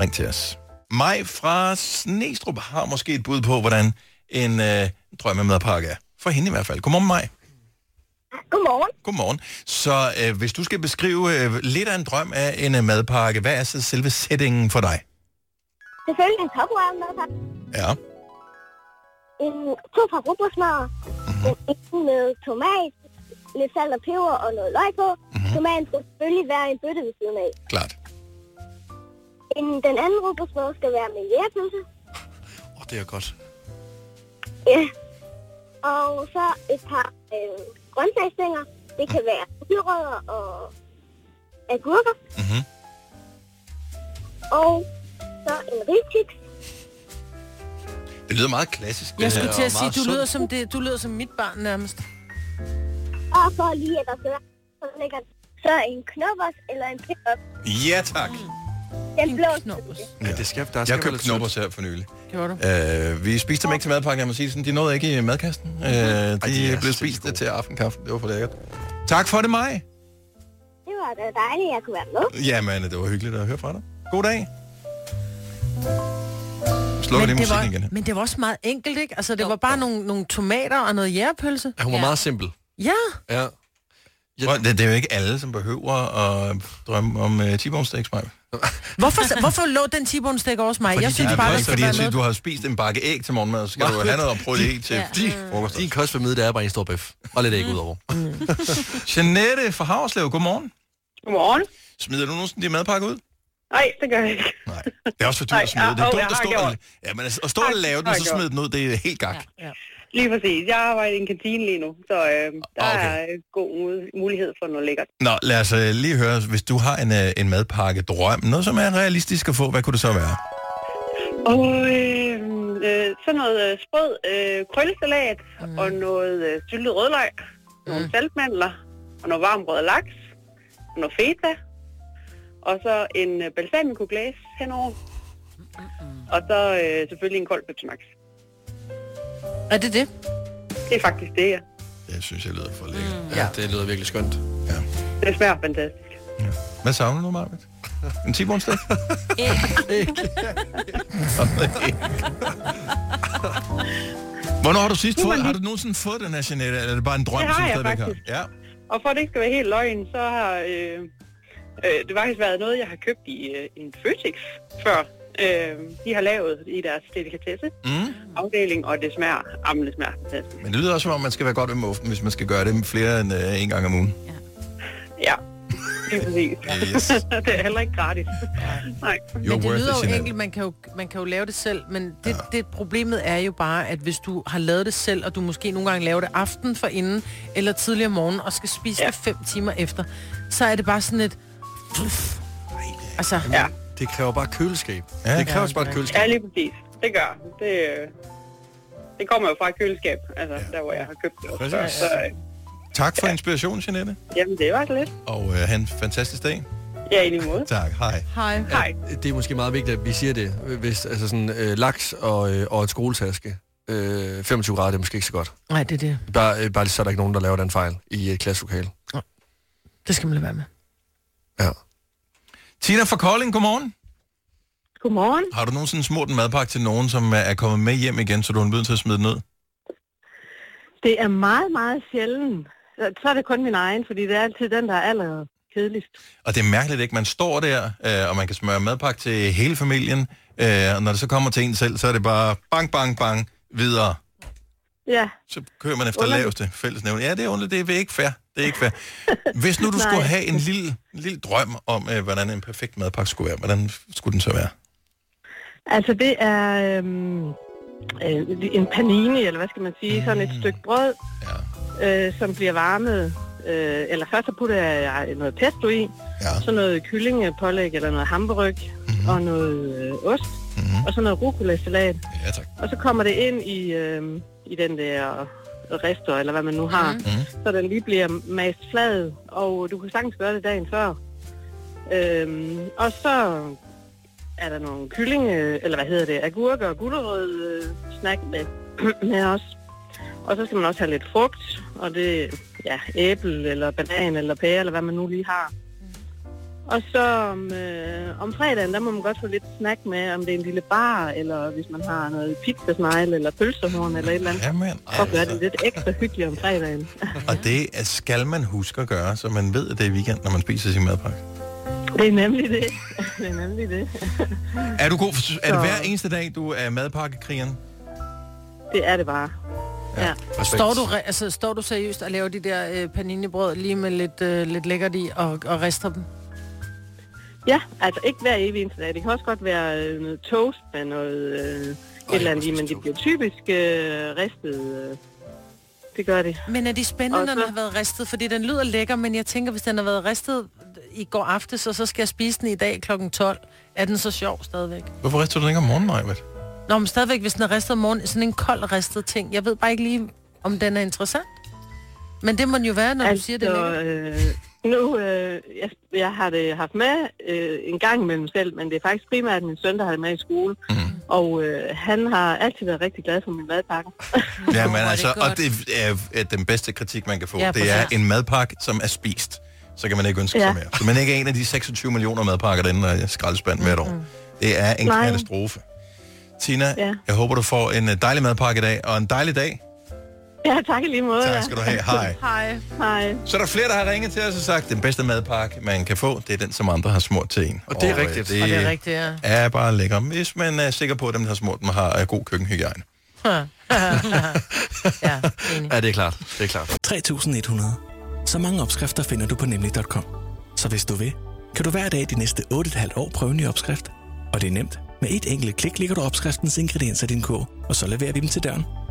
Ring til os. Maj fra Snestrup har måske et bud på, hvordan en øh, drømmemadpakke er. For hende i hvert fald. Godmorgen, Maj. Godmorgen. Godmorgen. Så øh, hvis du skal beskrive øh, lidt af en drøm af en øh, madpakke, hvad er så selve settingen for dig? Selvfølgelig en topware madpakke. Ja. En, to par råbrødsmør. Mhm. Mm-hmm. En med tomat, lidt salt og peber og noget løg på. Mhm. Mm-hmm. Tomaten skal selvfølgelig være i en bøtte ved siden af. Klart. En, den anden råbrødsmør skal være med jægerpølse. Åh, oh, det er godt. Ja. Og så et par øh, grøntsagsstænger. Det Mhm. kan være gulerødder og agurker. Mhm. Og så en rigtiks. Det Det lyder meget klassisk. det Jeg her, skulle til og at sige, meget du lyder, sundt. som det, du lyder som mit barn nærmest. Og for lige, at der skal være så lækkert, så en knoppers eller en pick-up. Ja, tak. Den blå knoppers. Ja, det skal, der skal Jeg købte knoppers her for nylig. Gjorde du? Øh, vi spiste dem ikke til madpakken, jeg må sige sådan. De nåede ikke i madkasten. Øh, de, er blev spist til aftenkaffe. Det var for lækkert. Tak for det, mig. Det var da dejligt, at jeg kunne være med. Jamen, det var hyggeligt at høre fra dig. God dag. Slukker lige det musikken var, igen. her. men det var også meget enkelt, ikke? Altså, det var bare nogle, nogle tomater og noget jægerpølse. Hun var Ja. meget simpel. Ja, Ja. Prøv, Det, det er jo ikke alle, som behøver at drømme om uh, T-bone steaks, Maja. hvorfor, hvorfor lå den tibon stikker også mig? jeg synes Ja, bare, der præcis, skal fordi jeg være siger, noget. du har spist en bakke æg til morgenmad, så skal du have noget og prøve det æg til Ja. frokost. Din kost for middag er bare en stor bøf. Og lidt æg Mm. udover. Jeanette fra Havslev, godmorgen. Godmorgen. Smider du nogensinde din madpakke ud? Nej, det gør jeg ikke. Nej, det er også for dyrt Nej, at smide. Det ja, er jo, dumt jeg at har stå gjort. og, ja, men altså, at stå og Har- lave den, har og så gjort. smide den ud, det er helt gak. Lige præcis. Jeg arbejder i en kantine lige nu, så øh, der Ah, okay. okay. er øh, god mu- mulighed for noget lækkert. Nå, lad os øh, lige høre, hvis du har en, øh, en madpakke drøm, noget som er realistisk at få, hvad kunne det så være? Og øh, øh, sådan noget øh, sprød øh, krøllesalat mm. og noget øh, syltet rødløg, nogle saltmandler og noget varmbrød og laks og noget feta. Og så en øh, balsamico glace henover. Og så øh, selvfølgelig en kold Pepsi Max. Er det det? Det er faktisk det, ja. Det synes jeg lyder for lækkert. Mm. Ja, det lyder virkelig skønt. Det smager fantastisk. Hvad savner du, Marvitt? En tibonsdag? Æg. Hvornår har du sidst fået? Har du nogensinde fået den her, Jeanette? Eller er det bare en drøm, Det har som du jeg stadigvæk har? faktisk. Ja. Og for at det ikke skal være helt løgn, så har øh, øh, det faktisk været noget, jeg har købt i øh, en Føtex før. Øh, de har lavet i deres delikatesse Mm. afdeling, og det smager, jamen, det smager fantastisk. Men det lyder også, som om man skal være godt ved måften, hvis man skal gøre det flere end øh, en gang om ugen. Ja, det er præcis. Yes. det er heller ikke gratis. Nej. Men det worth lyder it, jo Jeanette. enkelt, man kan jo, man kan jo lave det selv, men det, ja. det problemet er jo bare, at hvis du har lavet det selv, og du måske nogle gange laver det aften for inden, eller tidligere morgen, og skal spise ja. Ja. det fem timer efter, så er det bare sådan et... Altså, Ja, Det kræver bare køleskab. Ja. Ja, det kræver også bare et Ja. køleskab. ja lige præcis. Det gør det. øh, Det kommer jo fra et køleskab, altså der, hvor jeg har købt det. også før. Præcis. Så, øh, Tak for inspirationen, Jeanette. jamen, det var så lidt. Og øh, have en fantastisk dag. Ja, i lige måde. Tak. Hej. hej. Hej. Det er måske meget vigtigt, at vi siger det. Hvis, altså sådan, øh, laks og, øh, og et skoletaske. Øh, 25 grader, det er måske ikke så godt. Nej, det er det. Bare, øh, bare lige så er der ikke nogen, der laver den fejl i et klasselokale. Det skal man lade være med. Ja. Tina fra Kolding, godmorgen. Godmorgen. Har du nogensinde smurt en madpakke til nogen, som øh, er kommet med hjem igen, så du er nødt til at smide den ud? Det er meget, meget sjældent. Så er det kun min egen, fordi det er altid den, der er aller kedeligst. Og det er mærkeligt, ikke? Man står der, øh, og man kan smøre madpakke til hele familien, øh, og når det så kommer til en selv, så er det bare bang, bang, bang, videre. Ja, Så kører man efter Underligt. laveste fællesnævne. Ja, det er underligt. Det er ikke fair. Det er ikke fair. Hvis nu du skulle have en lille, en lille drøm om, øh, hvordan en perfekt madpakke skulle være, hvordan skulle den så være? altså det er øhm, øh, en panini, eller hvad skal man sige, sådan et stykke brød, Mm. Ja. øh, som bliver varmet. Øh, eller først så putter jeg noget pesto i, Ja. så noget kyllingepålæg eller noget hamburg mm-hmm. og noget øh, ost, Mhm. og så noget rucolasalat. Ja, tak. Og så kommer det ind i, øh, i den der rester, eller hvad man nu har, mm. så den lige bliver mast flad, og du kan sagtens gøre det dagen før. Øhm, og så er der nogle kylling, øh, eller hvad hedder det, agurker og gulerød øh, snack med, med os. Og så skal man også have lidt frugt, og det ja, æble, eller banan, eller pære, eller hvad man nu lige har. Og så om, øh, om fredagen, der må man godt få lidt snack med, om det er en lille bar, eller hvis man har noget pizzasnegle, eller pølsehorn, eller et eller andet. Ja, men, Og gøre det lidt ekstra hyggeligt om fredagen. og det er- skal man huske at gøre, så man ved, at det er weekend, når man spiser sin madpakke. Det er nemlig det. Det er nemlig det. Er du god? For, er det hver eneste dag, du er madpakkekrigeren? Det er det bare. Ja. Respekt. Står du, re- altså, står du seriøst og laver de der øh, paninibrød lige med lidt, øh, lidt lækkert i og, og rister dem? Ja, altså ikke hver evig eneste dag. Det kan også godt være øh, noget toast med noget øh, et eller andet i, men det bliver typisk øh, ristet. Øh. Det gør det. Men er de spændende, Og når så- den har været ristet? Fordi den lyder lækker, men jeg tænker, hvis den har været ristet i går aftes, og så skal jeg spise den i dag kl. 12, er den så sjov stadigvæk? Hvorfor rister du den ikke om morgenen, Majbert? Nå, men stadigvæk, hvis den er ristet om morgenen, sådan en kold ristet ting. Jeg ved bare ikke lige, om den er interessant. Men det må den jo være, når altså, du siger det. er lækkert. øh, nu, øh, jeg, jeg har det haft med øh, en gang imellem selv, men det er faktisk primært min søn, der har det med i skole. Mhm. Mm. Og øh, han har altid været rigtig glad for min madpakke. Ja, men er det altså, og godt. det er, er den bedste kritik, man kan få. Ja, Ja, det er præcis. en madpakke, som er spist. Så kan man ikke ønske ja. Ja. sig mere. Så man ikke er en af de 26 millioner madpakker, der ender i skraldespanden hvert år. Det er en Nej. katastrofe. Tina, Ja. jeg håber, du får en øh, dejlig madpakke i dag, og en dejlig dag. ja, tak i lige måde. Tak ja. skal du have. Hej. Hej. Hej. Så er der flere, der har ringet til os og sagt, den bedste madpakke, man kan få, det er den, som andre har smurt til en. Og det er øh, rigtigt. Og det er rigtigt, ja. er bare lækker, hvis man er sikker på, at dem, der har smurt dem, har øh, god køkkenhygiejne. Mm. Ja, det er klart. Det er klart. 3.100. Så mange opskrifter finder du på nemlig.com. Så hvis du vil, kan du hver dag de næste 8,5 år prøve en ny opskrift. Og det er nemt. Med et enkelt klik ligger du opskriftens ingredienser i din kog, og så leverer vi dem til døren.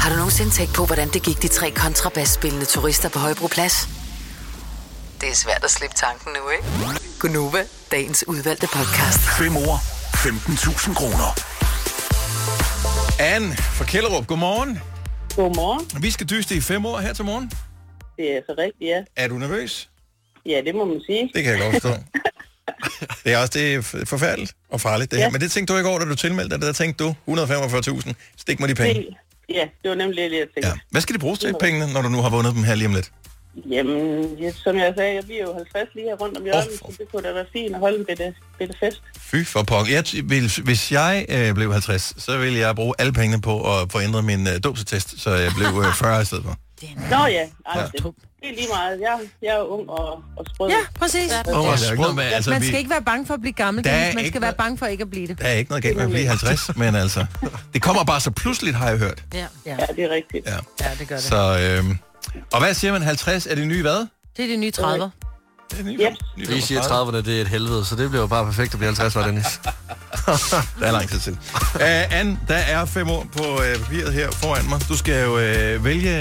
Har du nogensinde tænkt på, hvordan det gik de tre kontrabasspillende turister på Højbroplads? Det er svært at slippe tanken nu, ikke? Gunova, dagens udvalgte podcast. 5 år, 15.000 kroner. Anne fra Kjellerup, godmorgen. Godmorgen. Vi skal dyste i fem år her til morgen. Det er så rigtigt, ja. Er du nervøs? Ja, det må man sige. Det kan jeg godt forstå. det er også det er f- forfærdeligt og farligt, det her. Ja. Men det tænkte du ikke over, da du tilmeldte dig. Der tænkte du, 145.000, stik mig de penge. Det- Ja, det var nemlig det, jeg tænkte. Ja. Hvad skal de bruges til, pengene, når du nu har vundet dem her lige om lidt? Jamen, ja, som jeg sagde, jeg bliver jo 50 lige her rundt om hjørnet, oh, så det kunne da være fint at holde en bitte, bitte fest. Fy for pong. Jeg t- vil, hvis jeg øh, blev 50, så ville jeg bruge alle pengene på at få ændret min øh, dåbsattest, så jeg blev øh, 40 i stedet for. Nå ja, ej, ja. Det, det er lige meget. Jeg, jeg er ung og, og sprød. Ja, præcis. Åh, hvor sprød, men altså, man vi- skal ikke være bange for at blive gammel. Der er Dennis. Man ikke skal være bange for ikke at blive det. Der er ikke noget galt med at blive 50, men altså, det kommer bare så pludseligt, har jeg hørt. Ja, ja. ja det er rigtigt. Ja. ja det gør det. Så, øh, og hvad siger man, 50 er det nye hvad? Det er de nye 30. Yep. Vi siger 30'erne, det er et helvede, så det bliver jo bare perfekt at blive 50, var Dennis. der er lang tid til. Uh, Anne, der er fem år på uh, papiret her foran mig. Du skal jo uh, vælge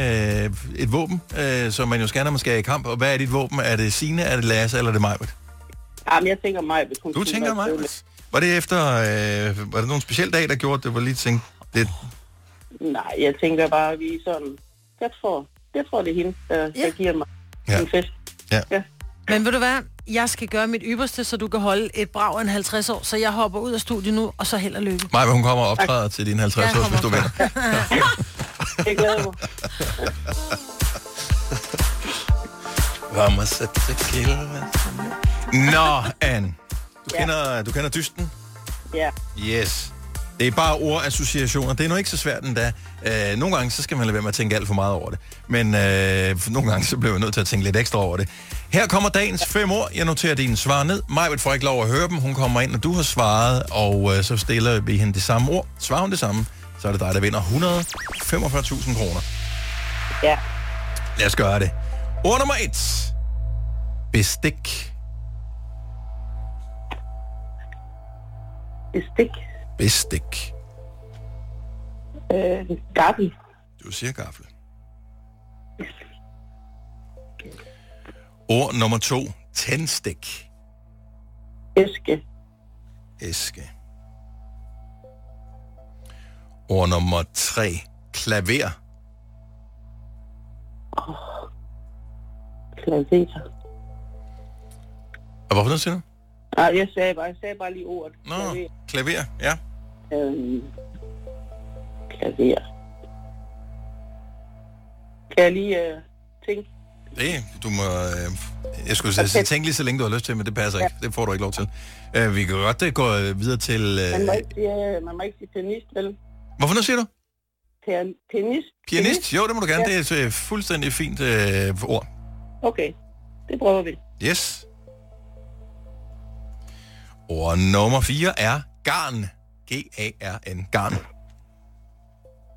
øh, et våben, uh, som man jo skal, når man skal i kamp. Og hvad er dit våben? Er det Sine, er det Lasse, eller er det Majbert? Jamen, jeg tænker mig, hvis hun Du skulle tænker være Majbert? søvnig. Var det efter, uh, var det nogen speciel dag, der gjorde det? Hvor lige tænkte, det, Nej, jeg tænker bare, at vi er sådan... Jeg tror, jeg tror det er hende, der, der giver mig Ja. en fest. Men ved du hvad? Jeg skal gøre mit ypperste, så du kan holde et brag af en 50 år. Så jeg hopper ud af studiet nu, og så held og lykke. Maja, hun kommer og optræder til din 50 Jeg års, hvis du vinder. Jeg glæder mig. Vamos a tequila. Nå, Anne. Du kender, du kender dysten? Ja. Yes. Det er bare ordassociationer. Det er nu ikke så svært endda. Øh, nogle gange, så skal man lade være med at tænke alt for meget over det. Men øh, for nogle gange, så bliver man nødt til at tænke lidt ekstra over det. Her kommer dagens fem ord. Jeg noterer dine svar ned. Majbet får ikke lov at høre dem. Hun kommer ind, når du har svaret, og øh, så stiller vi hende det samme ord. Svarer hun det samme, så er det dig, der vinder 145.000 kroner. Ja. Lad os gøre det. Ord nummer et. Bestik. Bestik. Bestik. Øh, gaffel. Du siger gaffel. Ord nummer to. Tændstik. Æske. Æske. Ord nummer tre. Klaver. Klaveter. Og hvorfor noget siger du? Nej, jeg sagde bare, jeg sagde bare lige ordet. Nå. Klaver, ja. Øhm, klaver. Kan jeg lige øh, tænke? Det, du må... Øh, jeg skulle sige, okay. tænk lige så længe du har lyst til, men det passer ikke. Det får du ikke lov til. Øh, vi kan godt øh, gå øh, videre til... Man Øh, må ikke sige, øh, man må ikke sige pianist, vel? hvorfor nu siger du? Pian- Pianist? Pianist? Jo, det må du gerne. Ja. Det er et øh, fuldstændig fint øh, ord. Okay, det prøver vi. Yes. Ord nummer 4 er garn. G-A-R-N. Garn.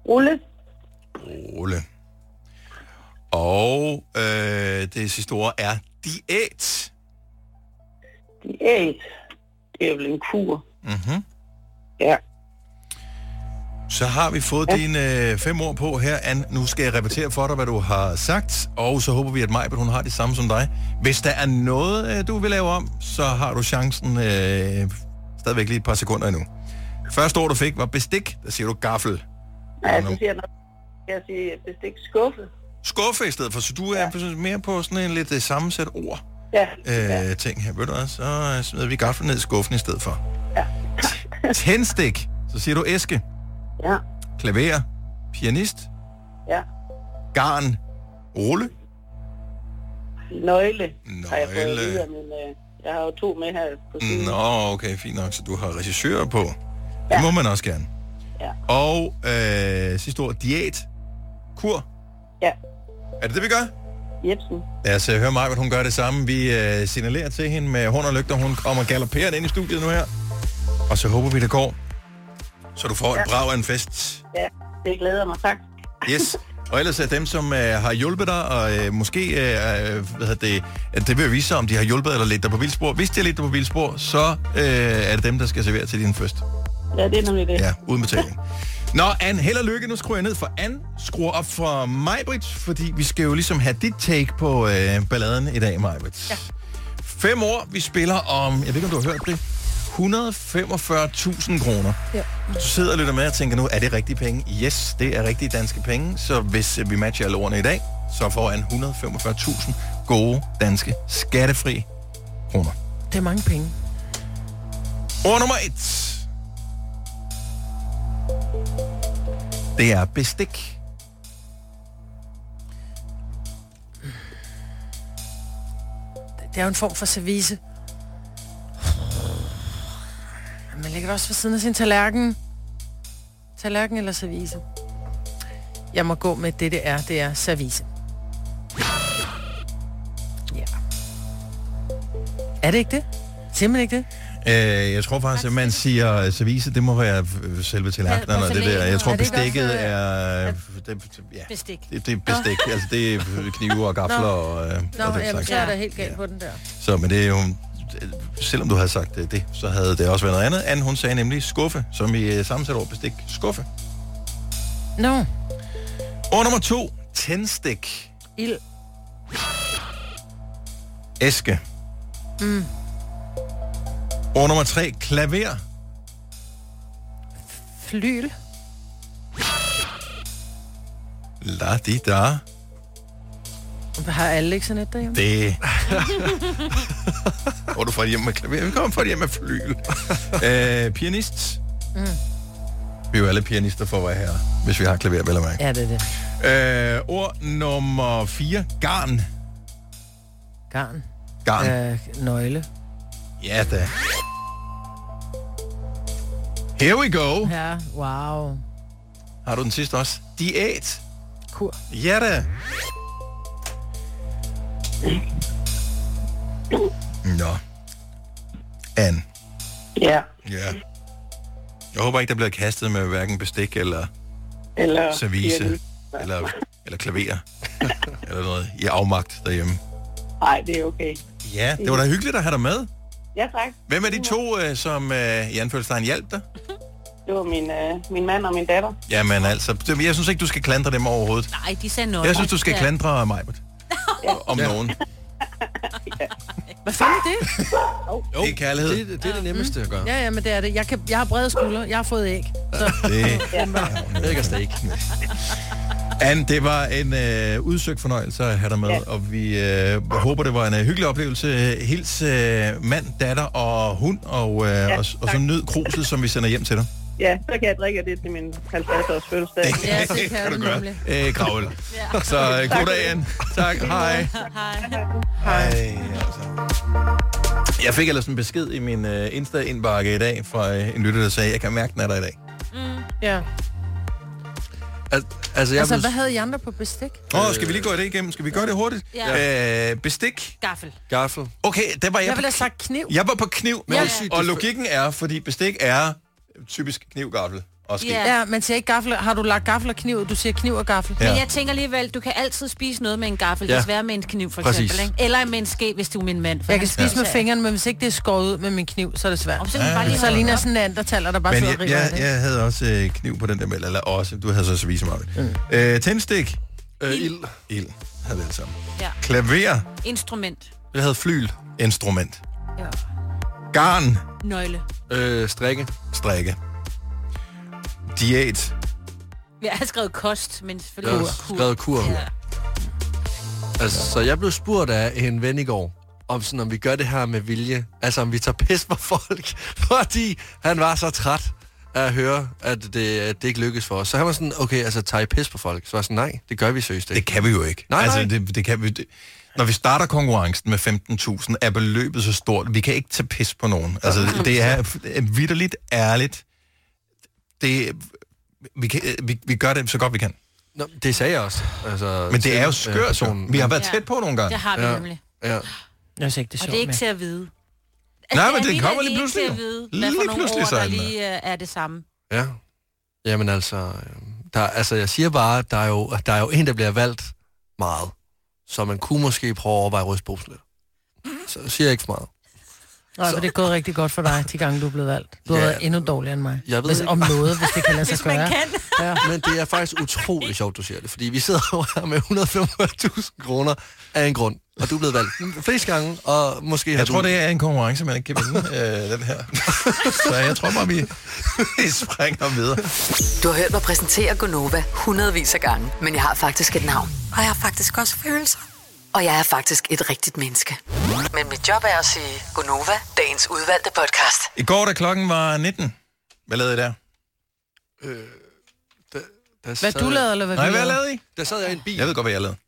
Rulle? Ole. Og øh, det sidste ord er diæt. Diæt? Det er vel en kur. Mm-hmm. Ja. Så har vi fået ja. dine øh, fem ord på her, Anne. Nu skal jeg repetere for dig, hvad du har sagt, og så håber vi, at Majbet, hun har det samme som dig. Hvis der er noget, øh, du vil lave om, så har du chancen øh, stadigvæk lige et par sekunder endnu. Første ord, du fik, var bestik. Der siger du gaffel. Nej, så siger jeg nok, jeg siger bestik skuffe. Skuffe i stedet for, så du er ja. mere på sådan en lidt øh, sammensat ord. Ja, øh, ting her. Ved du hvad, så øh, smider vi gaflen ned i skuffen i stedet for. Ja. Tændstik, så siger du æske. Ja. Klaver, pianist, ja. garn, rulle. Nøgle, har jeg fået at Nøgle. vide af min, øh, jeg har jo to med her på siden. Nå, okay, fint nok, så du har regissører på. Det ja. må man også gerne. Ja. Og øh, sidste ord, diæt, kur. Ja. Er det det, vi gør? Jebsen. Lad os uh, høre mig, hvad hun gør det samme. Vi uh, signalerer til hende med hånd og lygter. Hun kommer galopperende ind i studiet nu her. Og så håber vi, det går. Så du får et brag af en fest. Ja, det glæder mig, tak. Yes. Og ellers er dem, som øh, har hjulpet dig, og øh, måske, øh, øh, hvad hedder det, at det vil vise sig, om de har hjulpet eller lidt dig på vildspor. Hvis de har lidt dig på vildspor, så øh, er det dem, der skal servere til din fest. Ja, det er nemlig det. Ja, uden betaling. Nå, Anne, held og lykke. Nu skruer jeg ned for Anne. Skruer op for Majbrit, fordi vi skal jo ligesom have dit take på øh, balladen i dag, Majbrit. Ja. Fem år, vi spiller om, jeg ved ikke, om du har hørt det, 145.000 kroner. Ja. Du sidder og lytter med og tænker nu, er det rigtige penge? Yes, det er rigtige danske penge. Så hvis øh, vi matcher alle ordene i dag, så får Anne 145.000 gode danske skattefri kroner. Det er mange penge. Ord nummer et. Det er bestik. Det er jo en form for service. Men Man lægger det også ved siden af sin tallerken. Tallerken eller service. Jeg må gå med det, det er. Det er service. Ja. Er det ikke det? Siger man ikke det? Øh, jeg tror faktisk, at man siger øh, service, det må være øh, selve tallerkenen og det der. Jeg tror, Er det ikke bestikket også, øh, er... Det, ja, Bestik. det, det er bestik. Altså, det er knive og gafler Nå. og, øh, Nå, og den jamen, slags. så er der helt galt på den der. Så, men det er jo... Selvom du havde sagt øh, det, så havde det også været noget andet. Anne, hun sagde nemlig skuffe, som i øh, sammensat ord bestik. Skuffe. Nå, Ord nummer to. Tændstik. ild. Æske. Mm. Ord nummer tre. Klaver. Flyl. La di da. Har alle ikke sådan et derhjemme? Det... Hvor er du fra et hjem med klaver? Vi kommer fra et hjem med flyl. øh, pianist. Mm. Vi er jo alle pianister for at være her, hvis vi har klaver, vel at mærke. Ja, det er det. Øh, ord nummer 4. Garn. Garn. Garn. Øh, nøgle. Ja, da. Here we go. Ja, wow. Har du den sidste også? Diæt. Kur. Ja, da. Nå. Anne. Ja. Ja. Jeg håber ikke, der bliver kastet med hverken bestik eller Eller service eller, eller klaver eller noget i afmagt derhjemme. Nej, det er okay. Ja, det var da hyggeligt at have dig med. Ja, tak. Hvem er de to, øh, som øh, i anførselstegn hjalp dig? Det var min, øh, min mand og min datter. Jamen altså, det- jeg synes ikke, du skal klandre dem overhovedet. Nej, de sagde noget. Jeg synes, du skal klandre mig om nogen. Hvad fanden er det? Jo, det er kærlighed. Det, det er det nemmeste at gøre. Ja, ja, men det er det. Jeg, kan, jeg har brede skuldre. Jeg har fået æg. Så. Det Ja. Lækker steak. Anne, det var en øh, udsøgt fornøjelse at have dig med, ja. og vi øh, håber, det var en øh, hyggelig oplevelse. Hils øh, mand, datter og hund, og, øh, ja, og, og så nyd kruset, som vi sender hjem til dig. Ja, så kan jeg drikke det til min 50-års fødselsdag. Ja, det kan Kan du du gøre. nemlig. Øh, gravøl. Ja. Så øh, god dag, Anne. Tak, hej. Hej. altså. Jeg fik ellers en besked i min øh, Insta-indbakke i dag fra øh, en lytter, der sagde, jeg kan mærke, den er der i dag. Ja. Al- altså, jeg altså, blev... hvad havde I andre på bestik? Åh, oh, skal vi lige gå det igennem? Skal vi gøre det hurtigt? Ja. Øh, bestik. Gaffel. Gaffel. Okay, der var jeg, Jeg på ville have sagt kniv. Jeg var på kniv, Men men, det er sygt, og det- logikken er, fordi bestik er typisk knivgaffel og ske. Ja, man siger ikke gaffel. Har du lagt gaffel og kniv? Du siger kniv og gaffel. Ja. Men jeg tænker alligevel, du kan altid spise noget med en gaffel, Ja. ja. desværre med en kniv for Præcis. eksempel. Ikke? Eller med en ske, hvis du er min mand. for Jeg han kan spise spiser med ikke. fingrene, men hvis ikke det er skåret ud med min kniv, så er det svært. Og så, så kan man bare lige så holde ligner op. sådan en andertaler, der bare Men sidder og jeg, river af jeg, det. jeg havde også øh, kniv på den der, eller også, du havde så service meget. Mm. Øh, tændstik. Øh, ild. Ild. Havde vi alle sammen. Ja. Klaver. Instrument. Jeg havde flyl. Instrument. Ja. Garn. Nøgle. Øh, strikke. Strikke. Diæt. Jeg har skrevet kost, men Jeg selvfølgelig har kur. skrevet kur. Ja. Altså, så jeg blev spurgt af en ven i går, om sådan, om vi gør det her med vilje. Altså, om vi tager pis på folk, fordi han var så træt af at høre, at det, at det ikke lykkes for os. Så han var sådan, okay, altså, tager I pis på folk? Så var jeg sådan, nej, det gør vi seriøst ikke. Det kan vi jo ikke. Nej, altså, nej. Det, det kan vi, det, når vi starter konkurrencen med 15.000, er beløbet så stort. Vi kan ikke tage pis på nogen. Altså, det er f- vitterligt ærligt. Det, vi, kan, vi, vi gør det så godt, vi kan. Nå, det sagde jeg også. Altså, Men det til, er jo øh, skørt, jo. personen. Vi har været tæt på nogle gange. Det har vi ja. nemlig. Ja. Jeg synes ikke, Og det er ikke til at vide. Nej, men er det kommer alligevel lige pludselig. Ikke til at vide, hvad for nogle ord, der lige øh, er det samme. Ja. Jamen altså, øh, der, altså, jeg siger bare, der er, jo, der er jo en, der bliver valgt meget. Så man kunne måske prøve at overveje rystbos lidt. Så siger jeg ikke for meget. Nej, for det er gået rigtig godt for dig, de gange du er blevet valgt. Du har Ja. været endnu dårligere end mig. Jeg ved hvis, ikke. Om noget, hvis det kan lade sig Hvis man gøre. kan. Ja, men det er faktisk utrolig sjovt, du siger det, fordi vi sidder jo her med 145.000 kroner af en grund, og du er blevet valgt flest gange, og måske har Jeg tror, du... det er en konkurrence, man ikke kan vinde, øh, den her. Så jeg tror bare, vi, vi springer videre. Du har hørt mig præsentere Gonova hundredvis af gange, men jeg har faktisk et navn. Og jeg har faktisk også følelser. Og jeg er faktisk et rigtigt menneske. Men mit job er at sige Gonova, dagens udvalgte podcast. I går, da klokken var 19, hvad lavede I der? Øh, Der Hvad sad du jeg- lavede, eller hvad Nej, vi hvad lavede? lavede I? Der sad jeg i en bil. Jeg ved godt, hvad jeg lavede.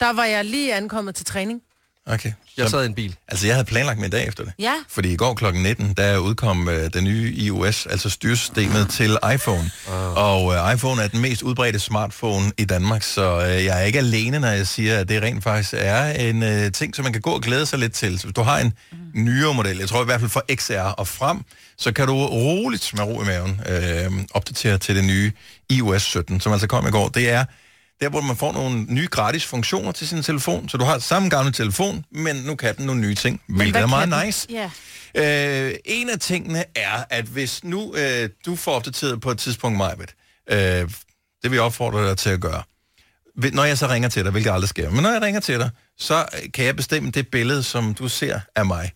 Der var jeg lige ankommet til træning. Okay. Jeg sad i en bil. Altså, jeg havde planlagt min dag efter det. Ja. Fordi i går kl. 19, der udkom øh, den nye iOS, altså styresystemet til iPhone. Og øh, iPhone er den mest udbredte smartphone i Danmark, så øh, jeg er ikke alene, når jeg siger, at det rent faktisk er en øh, ting, som man kan gå og glæde sig lidt til. Så hvis du har en nyere model, jeg tror i hvert fald for XR og frem, så kan du roligt med ro i maven øh, opdatere til det nye iOS 17, som altså kom i går. Det er der, hvor man får nogle nye gratis funktioner til sin telefon, så du har samme gamle telefon, men nu kan den nogle nye ting, hvilket er meget nice. Ja. Øh, en af tingene er, at hvis nu øh, du får opdateret på et tidspunkt, Majbet, øh, det vil jeg opfordre dig til at gøre, Ved- når jeg så ringer til dig, hvilket aldrig sker, men når jeg ringer til dig, så øh, kan jeg bestemme det billede, som du ser af mig.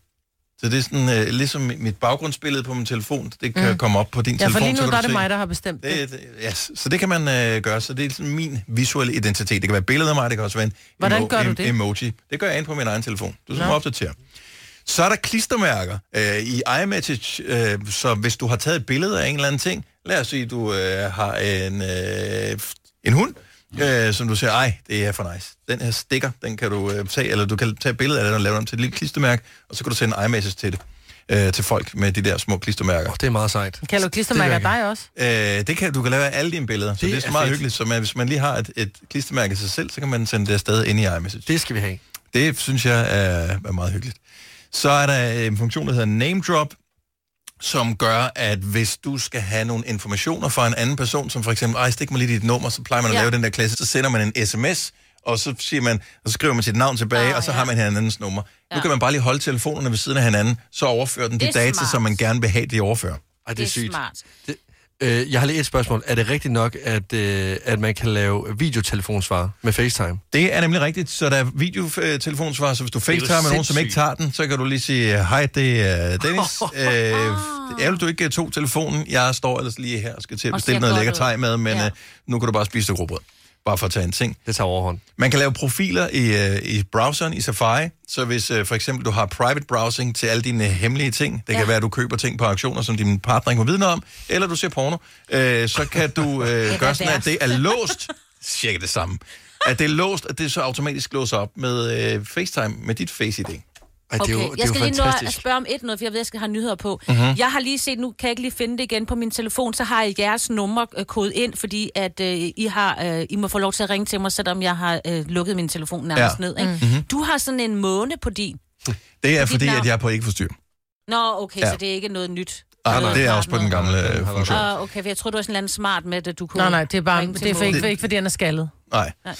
Så det er sådan, øh, ligesom mit baggrundsbillede på min telefon, det kan mm. Mm. komme op på din Ja, telefon. for lige så nu kan du der er det se- mig, der har bestemt det. det, yes. Så det kan man øh, gøre, så det er sådan min visuelle identitet. Det kan være et billede af mig, det kan også være en Hvordan gør du det? emoji. Det gør jeg ind på min egen telefon. Du skal Nå. opdatere. Så er der klistermærker øh, i iMessage, øh, så hvis du har taget et billede af en eller anden ting, lad os sige, du øh, har en, øh, en hund, øh, som du siger, ej, det er for nice. Den her stikker, den kan du øh, tage, eller du kan tage et billede af den og lave den til et lille klistermærke, og så kan du sende iMessage til det, øh, til folk med de der små klistermærker. Oh, det er meget sejt. Kan du klistermærke Det er- dig også? Øh, det kan du kan lave af alle dine billeder, det så det er, er så meget fedt. hyggeligt. Så man, hvis man lige har et, et klistermærke af sig selv, så kan man sende det afsted ind i iMessage. Det skal vi have. Det synes jeg er, er meget hyggeligt. Så er der en funktion, der hedder Name Drop, som gør, at hvis du skal have nogle informationer fra en anden person, som for eksempel, ej, stik mig lige dit nummer, så plejer man at ja. Ja. lave den der klasse, så sender man en sms, og så, siger man, og så skriver man sit navn tilbage, ah, og så ja. har man hinandens nummer. Ja. Nu kan man bare lige holde telefonerne ved siden af hinanden, så overfører den de Det er data, smart. som man gerne vil have, de overfører. Ej, det er sygt. smart. Det, øh, jeg har lige et spørgsmål. Er det rigtigt nok, at, øh, at man kan lave videotelefonsvar med FaceTime? Det er nemlig rigtigt, så der er videotelefonsvar, så hvis du facetimer med nogen, som ikke tager den, så kan du lige sige, hej, det er Dennis. Øh, det er ærgerligt, du ikke tog telefonen. Jeg står ellers lige her og skal til at Og bestille ser noget godt lækker ud." teg med, men Ja. ja. øh, nu kan du bare spise det grobrød. bare for at tage en ting. Det tager overhånd. Man kan lave profiler i, øh, i browseren i Safari, så hvis øh, for eksempel du har private browsing til alle dine hemmelige ting, det ja. kan være, at du køber ting på auktioner, som din partner ikke må vidne om, eller du ser porno, øh, så kan du øh, gøre sådan, at det er låst. Cirka det samme. At det er låst, at det så automatisk låser op med øh, FaceTime, med dit Face-ID. Ej, Okay, jeg skal lige nå at spørge om et noget, for jeg ved, at jeg skal have nyheder på. Mhm. Mm-hmm. Jeg har lige set, nu kan jeg ikke lige finde det igen på min telefon, så har jeg jeres nummer øh, kodet ind, fordi at øh, I, har, øh, I må få lov til at ringe til mig, selvom jeg har øh, lukket min telefon nærmest Ja. ja. ned. Ikke? Mhm. Mm-hmm. Du har sådan en måne på din. Det er Dit fordi, at navn. jeg er på ikke forstyr. Nå, okay, Ja. ja. så det er ikke noget nyt. Nej, nej, det er også på den gamle øh, funktion. Uh, okay, for jeg tror du var sådan en eller anden smart med, at du kunne... Nej, nej, det er bare, ringe til det er for månen. ikke, for ikke fordi han er skaldet. Nej. Øh,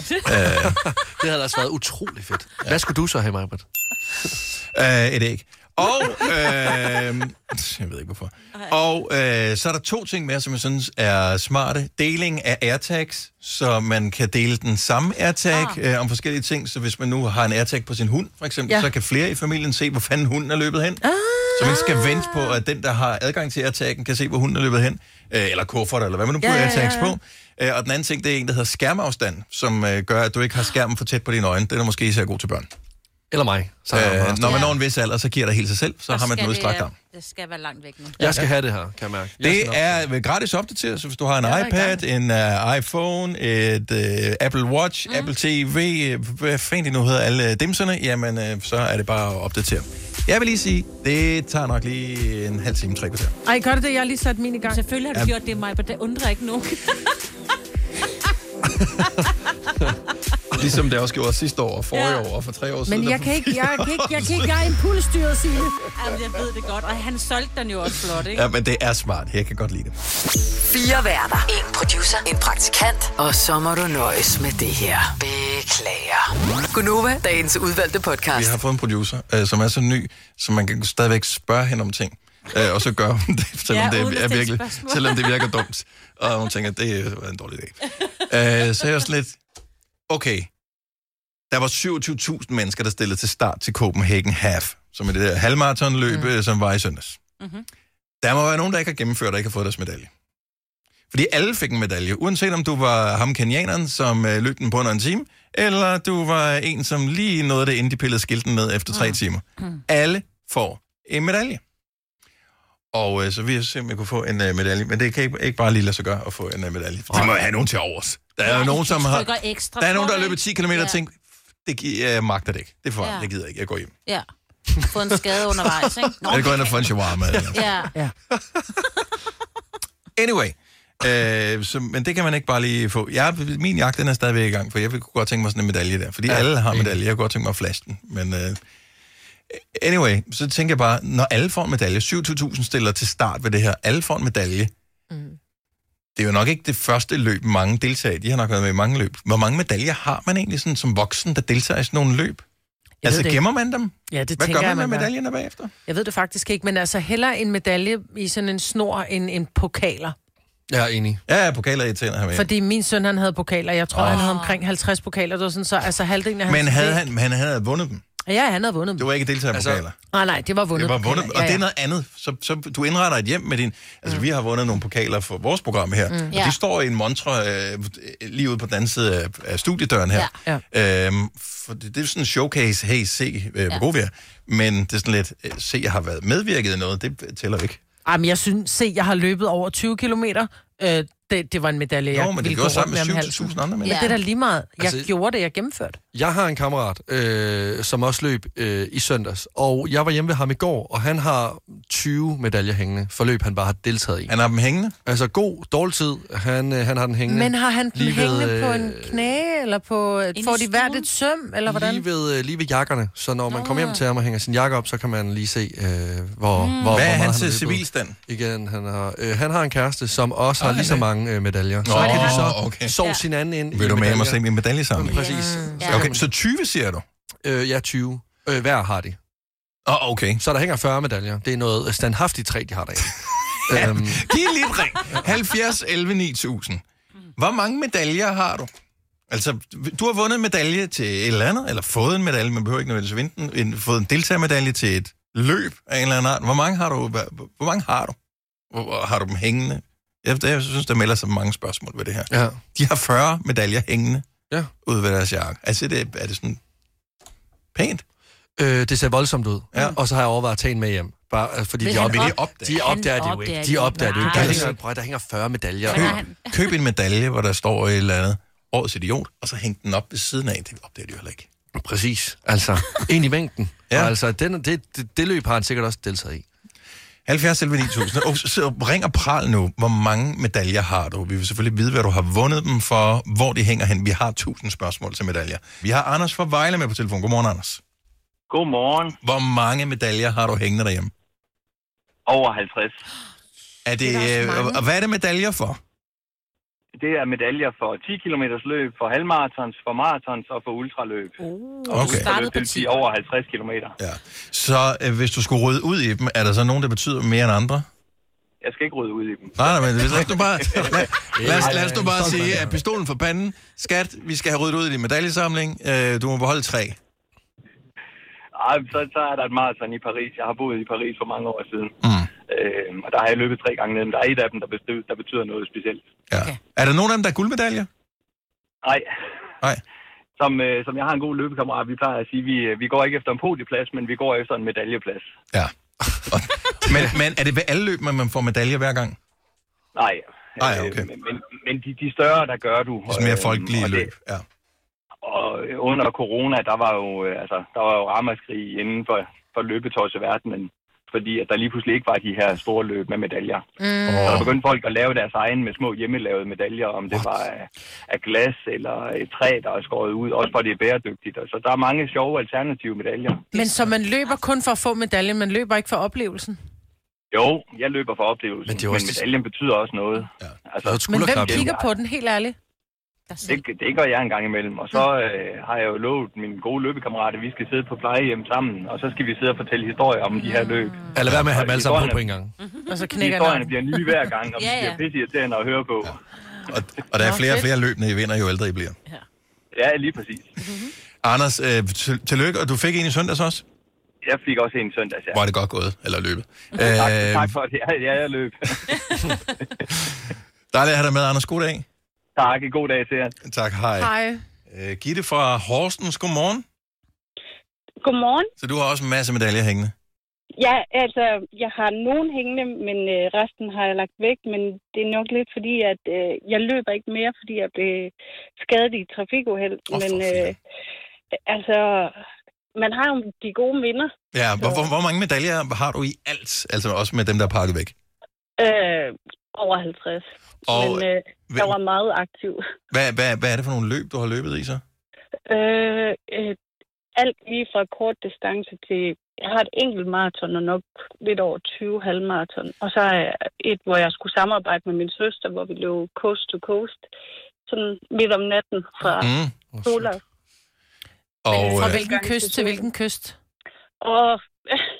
det havde altså været utrolig fedt. Hvad skulle du så have, Majbert? Øh, et æg. Og, øh, jeg ved ikke hvorfor. Og øh, så er der to ting mere, som jeg synes er smarte. Deling af AirTags, så man kan dele den samme AirTag ah. øh, om forskellige ting. Så hvis man nu har en AirTag på sin hund, for eksempel, ja. Ja. så kan flere i familien se, hvor fanden hunden er løbet hen. Ah. Så man ikke skal vente på, at den, der har adgang til AirTaggen, kan se, hvor hunden er løbet hen. Øh, eller kufferter, eller hvad man nu Ja, bruger ja, ja, ja, AirTags ja. på. Øh, og den anden ting, det er en, der hedder skærmafstand, som øh, gør, at du ikke har skærmen for tæt på dine øjne. Den er måske især god til børn. Eller mig. Så har jeg Øh, meget når man stor. når en vis alder, så giver det helt sig selv, så Og har man den skal det, udstrakt øh, arm. Det skal være langt væk nu. Jeg skal have det her, kan jeg mærke. Jeg Det er vel gratis opdateret, så hvis du har en Jeg er i iPad, en uh, iPhone, et uh, Apple Watch, mm. Apple TV, øh, hvad fanden de nu hedder alle øh, dimserne, jamen uh, så er det bare at opdatere. Jeg vil lige sige, det tager nok lige en halv time, tre kvarter. Ej, gør det det? Jeg har lige sat min i gang. Selvfølgelig har du Ja. gjort det, mig, men det undrer ikke nogen. Ligesom det også gjorde sidste år, og forrige år, og for tre år siden. Men jeg kan ikke, jeg kan ikke, jeg kan ikke, jeg er impulsstyret, Signe. Jamen, jeg ved det godt, og han solgte den jo også flot, ikke? Ja, men det er smart. Jeg kan godt lide det. Fire værter. En producer. En praktikant. Og så må du nøjes med det her. Beklager. Gunova, dagens udvalgte Vi podcast. har fået en producer, øh, som er så ny, så man kan stadigvæk spørge hende om ting. Øh, og så gør hun det, selvom, Ja, ja, uden det at er stille virkelig, spørgsmål. selvom det virker dumt. Og hun tænker, det var en dårlig idé. Øh, så er jeg også lidt, okay, der var 27.000 mennesker, der stillede til start til Copenhagen Half, som er det der halvmaratonløb, mm. som var i søndags. Mm-hmm. Mhm. Der må være nogen, der ikke har gennemført og ikke har fået deres medalje. Fordi alle fik en medalje, uanset om du var ham kenianeren, som øh, løb den på under en time, eller du var en, som lige nåede det, inden de pillede skilten ned efter Mm. tre timer. Hmm. Alle får en medalje. Og øh, så vil jeg se, om jeg kunne få en øh, medalje, men det kan ikke, ikke bare lige lade sig gøre at få en øh, medalje. De må jo have nogen til overs. Der er jo nogen, som har... trykker ekstra Der er på, nogen, der har ikke? løbet 10 km Ja. og tænkt, det gi- jeg magter det ikke. Det er for Ja. ja. det gider jeg ikke. Jeg går hjem. Ja. Få en skade undervejs, ikke? Nå, Jeg går ind og får en shawarma. eller- Ja. ja. Anyway. Øh, så, men det kan man ikke bare lige få. Jeg, min jagt den er stadigvæk i gang, for jeg kunne godt tænke mig sådan en medalje der. Fordi ja, alle har medalje. Jeg kunne godt tænke mig at flash den. Men øh, anyway, så tænker jeg bare, når alle får en medalje, 27.000 stiller til start ved det her, alle får en medalje. Mm. Det er jo nok ikke det første løb, mange deltager i. De har nok været med i mange løb. Hvor mange medaljer har man egentlig sådan, som voksen, der deltager i sådan nogle løb? Jeg altså ved det gemmer ikke. man dem? Ja, det Hvad tænker gør jeg, man med man gør. medaljerne bagefter? Jeg ved det faktisk ikke, men altså hellere en medalje i sådan en snor end en pokaler. Jeg er enig. Ja, ja, pokaler irriterende her med. Fordi min søn, han havde pokaler. Jeg tror, Åh. oh. han havde omkring 50 pokaler. Det var sådan, så altså halvdelen af hans... Men havde han, han havde vundet dem? Ja, han havde vundet dem. Det var ikke deltagerpokaler? Altså, Nej, nej, det var vundet. Det var vundet, pokaler. og det er noget andet. Så, så du indretter et hjem med din... Altså, mm. vi har vundet nogle pokaler for vores program her, Mm. mm. og Ja. de står i en montre øh, lige ude på den anden side af, af studiedøren her. Ja. Øhm, for det, det er sådan en showcase, hey, se, øh, hvor Ja. gode vi er. Men det er sådan lidt, øh, se, jeg har været medvirket i noget, det tæller ikke. Ej, men jeg synes, se, jeg har løbet over 20 kilometer. Øh, det, det var en medalje, jeg Nå, men det ville gjorde gå sammen rundt med om 7.000 halsen. andre Men mennesker. det er da lige meget. Jeg Altså- gjorde det, jeg gennemførte. Jeg har en kammerat, øh, som også løb øh, i søndags, og jeg var hjemme ved ham i går, og han har 20 medaljer hængende for løb, han bare har deltaget i. Han har dem hængende? Altså god, dårlig tid, han, øh, han har den hængende. Men har han den Lige ved, hængende på øh, en knæ, eller på, får de hvert et søm, eller hvordan? Ah. Lige ved, øh, lige ved jakkerne, så når man kommer hjem til ham og hænger sin jakke op, så kan man lige se, øh, Hmm. hvor, Mm. Hvad mm. hvor er hvor meget hans han har løbet. civilstand? Igen, han har, øh, han har en kæreste, som også har lige så mange øh, medaljer. Nå, så kan de så okay. sove sin anden ind Vil i du med hjem og medaljer. se min medaljesamling? Præcis. Ja. Okay, så 20 siger du? Øh, ja, 20. Øh, hver har de. Oh, okay. Så der hænger 40 medaljer. Det er noget øh, standhaftigt træ, de har derinde. øhm, Giv lige et ring. 70 11 9000. Hvor mange medaljer har du? Altså, du har vundet en medalje til et eller andet, eller fået en medalje, man behøver ikke nødvendigvis vinde den, en, fået en deltagermedalje til et løb af en eller anden art. Hvor mange har du? Hvor, hvor mange har du? Hvor, hvor har du dem hængende? Jeg, jeg synes, der melder sig mange spørgsmål ved det her. Ja. De har 40 medaljer hængende ja. ud ved deres jakke. Altså, det, er det sådan pænt? Øh, det ser voldsomt ud. Ja. Og så har jeg overvejet at tage en med hjem. Bare, øh, fordi Vil de, han opdager, op- de opdager det Han jo ikke. opdager De opdager det jo ikke. Der Nej. hænger, prøv, at- der hænger 40 medaljer. Køb, køb en medalje, hvor der står et eller andet årets idiot, og så hæng den op ved siden af. Det opdager de jo heller ikke. Præcis. Altså, en i mængden. Ja. Ja. Og altså, den, det, det, det løb har han sikkert også deltaget i. 70 selv 9000. Og så ring og pral nu. Hvor mange medaljer har du? Vi vil selvfølgelig vide, hvad du har vundet dem for, hvor de hænger hen. Vi har 1000 spørgsmål til medaljer. Vi har Anders fra Vejle med på telefon. Godmorgen, Anders. Godmorgen. Hvor mange medaljer har du hængende derhjemme? Over 50. Er det, Det er da også det mange. Øh, og hvad er det medaljer for? Det er medaljer for 10 km løb, for halvmaratons, for maratons og for ultraløb. Uh, Okay. startede Det vil sige over 50 km. Ja. Så øh, hvis du skulle rydde ud i dem, er der så nogen, der betyder mere end andre? Jeg skal ikke rydde ud i dem. Nej, nej, men lad os nu bare, lad, lad, os, lad os nu bare sige, at pistolen for panden, skat, vi skal have ryddet ud i din medaljesamling, øh, du må beholde tre. Ej, så, så er der et maraton i Paris. Jeg har boet i Paris for mange år siden. Mm. Øhm, og der har jeg løbet tre gange ned, men der er et af dem, der, bestyr, der betyder noget specielt. Er der nogen af dem, der er guldmedaljer? Nej. Nej. Som, øh, som jeg har en god løbekammerat, vi plejer at sige, vi, øh, vi går ikke efter en podieplads, men vi går efter en medaljeplads. Men, men er det ved alle løb, at man får medaljer hver gang? Nej. Øh, Nej, okay. Men, men, men de, de større, der gør du. Ligesom mere Øhm, folkelige og det- løb, ja. Og øh, under corona, der var jo, øh, altså, der var jo ramaskrig inden for, for løbetøjsverdenen, fordi at der lige pludselig ikke var de her store løb med medaljer. Mm. Så der Åh. begyndte folk at lave deres egen med små hjemmelavede medaljer, om det var af, af glas eller et træ, der er skåret ud, også for det er bæredygtigt. Og Så der er mange sjove alternative medaljer. Men så man løber kun for at få medaljen, man løber ikke for oplevelsen. Jo, jeg løber for oplevelsen, men, det men medaljen betyder også noget. Ja. Altså, Men hvem kigger på den, helt ærligt? Det, det gør jeg en gang imellem. Og så øh, har jeg jo lovet mine gode løbekammerater, at vi skal sidde på plejehjem sammen, og så skal vi sidde og fortælle historier om de her løb. Eller hvad med at have dem alle sammen på på en Historierne- gang? Og så knækker Historierne den. bliver nye hver gang, og Ja, ja, ja. ja. bliver pisse irriterende at høre på. Ja, Og der er Nå, flere og fedt. flere løb, når I vinder, jo ældre I bliver. ja lige præcis. Anders, øh, til- tillykke, og du fik en i søndags også? Jeg fik også en søndags, ja. Var det godt gået, eller løbet. Tak, Øh, tak for det. Ja, ja, jeg løb. Dejligt at have dig med, Anders. God dag. tak, en god dag til jer. Tak, hej. Hej. Øh, Gitte fra Horsens, godmorgen. Godmorgen. Så du har også en masse medaljer hængende. Ja, altså, jeg har nogen hængende, men øh, resten har jeg lagt væk. Men det er nok lidt fordi, at øh, jeg løber ikke mere, fordi jeg blev skadet i et trafikuheld. Oh, men øh, altså, man har jo de gode minder. Ja, hvor, hvor, hvor mange medaljer har du i alt? Altså også med dem, der er pakket væk. Øh, over 50. Og men øh, jeg var meget aktiv. Hvad, hvad, hvad er det for nogle løb, du har løbet i så? Øh, øh, alt lige fra kort distance til... Jeg har et enkelt maraton og nok lidt over 20 halvmaraton. Og så er jeg et, hvor jeg skulle samarbejde med min søster, hvor vi løb coast to coast. Sådan midt om natten fra Mm. Sola. Og, Fra øh, hvilken kyst til hvilken kyst? Og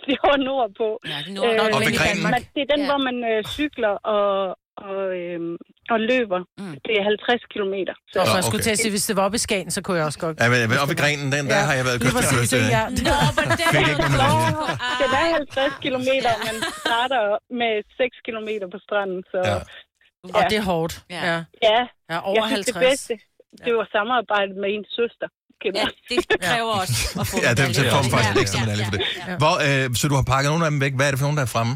det var nordpå. Øh, Ja, det er nord- Nå, men i Danmark. men det er den, ja. hvor man øh, cykler og, og, øhm, og løber. Mm. Det er 50 kilometer. Så. Ah, Og så Altså, jeg skulle til at sige, hvis det var oppe i Skagen, så kunne jeg også godt. Ja, men, men op i grenen, den der Ja, har jeg været lige kyst til præcis, kyst. det er øh. jeg. Nå, men det Fik ikke nogen medaljer. Den er 50 kilometer, og man starter med 6 kilometer på stranden. Så, ja. Og det er hårdt. Ja. Ja, Ja, over jeg synes, det 50. bedste, det var samarbejde med ens søster. Ja, det kræver også at få Ja, det, medaljer. det får man faktisk en ekstra medalje for det. Hvor, øh, så du har pakket nogle af dem væk. Hvad er det for nogle, der er fremme?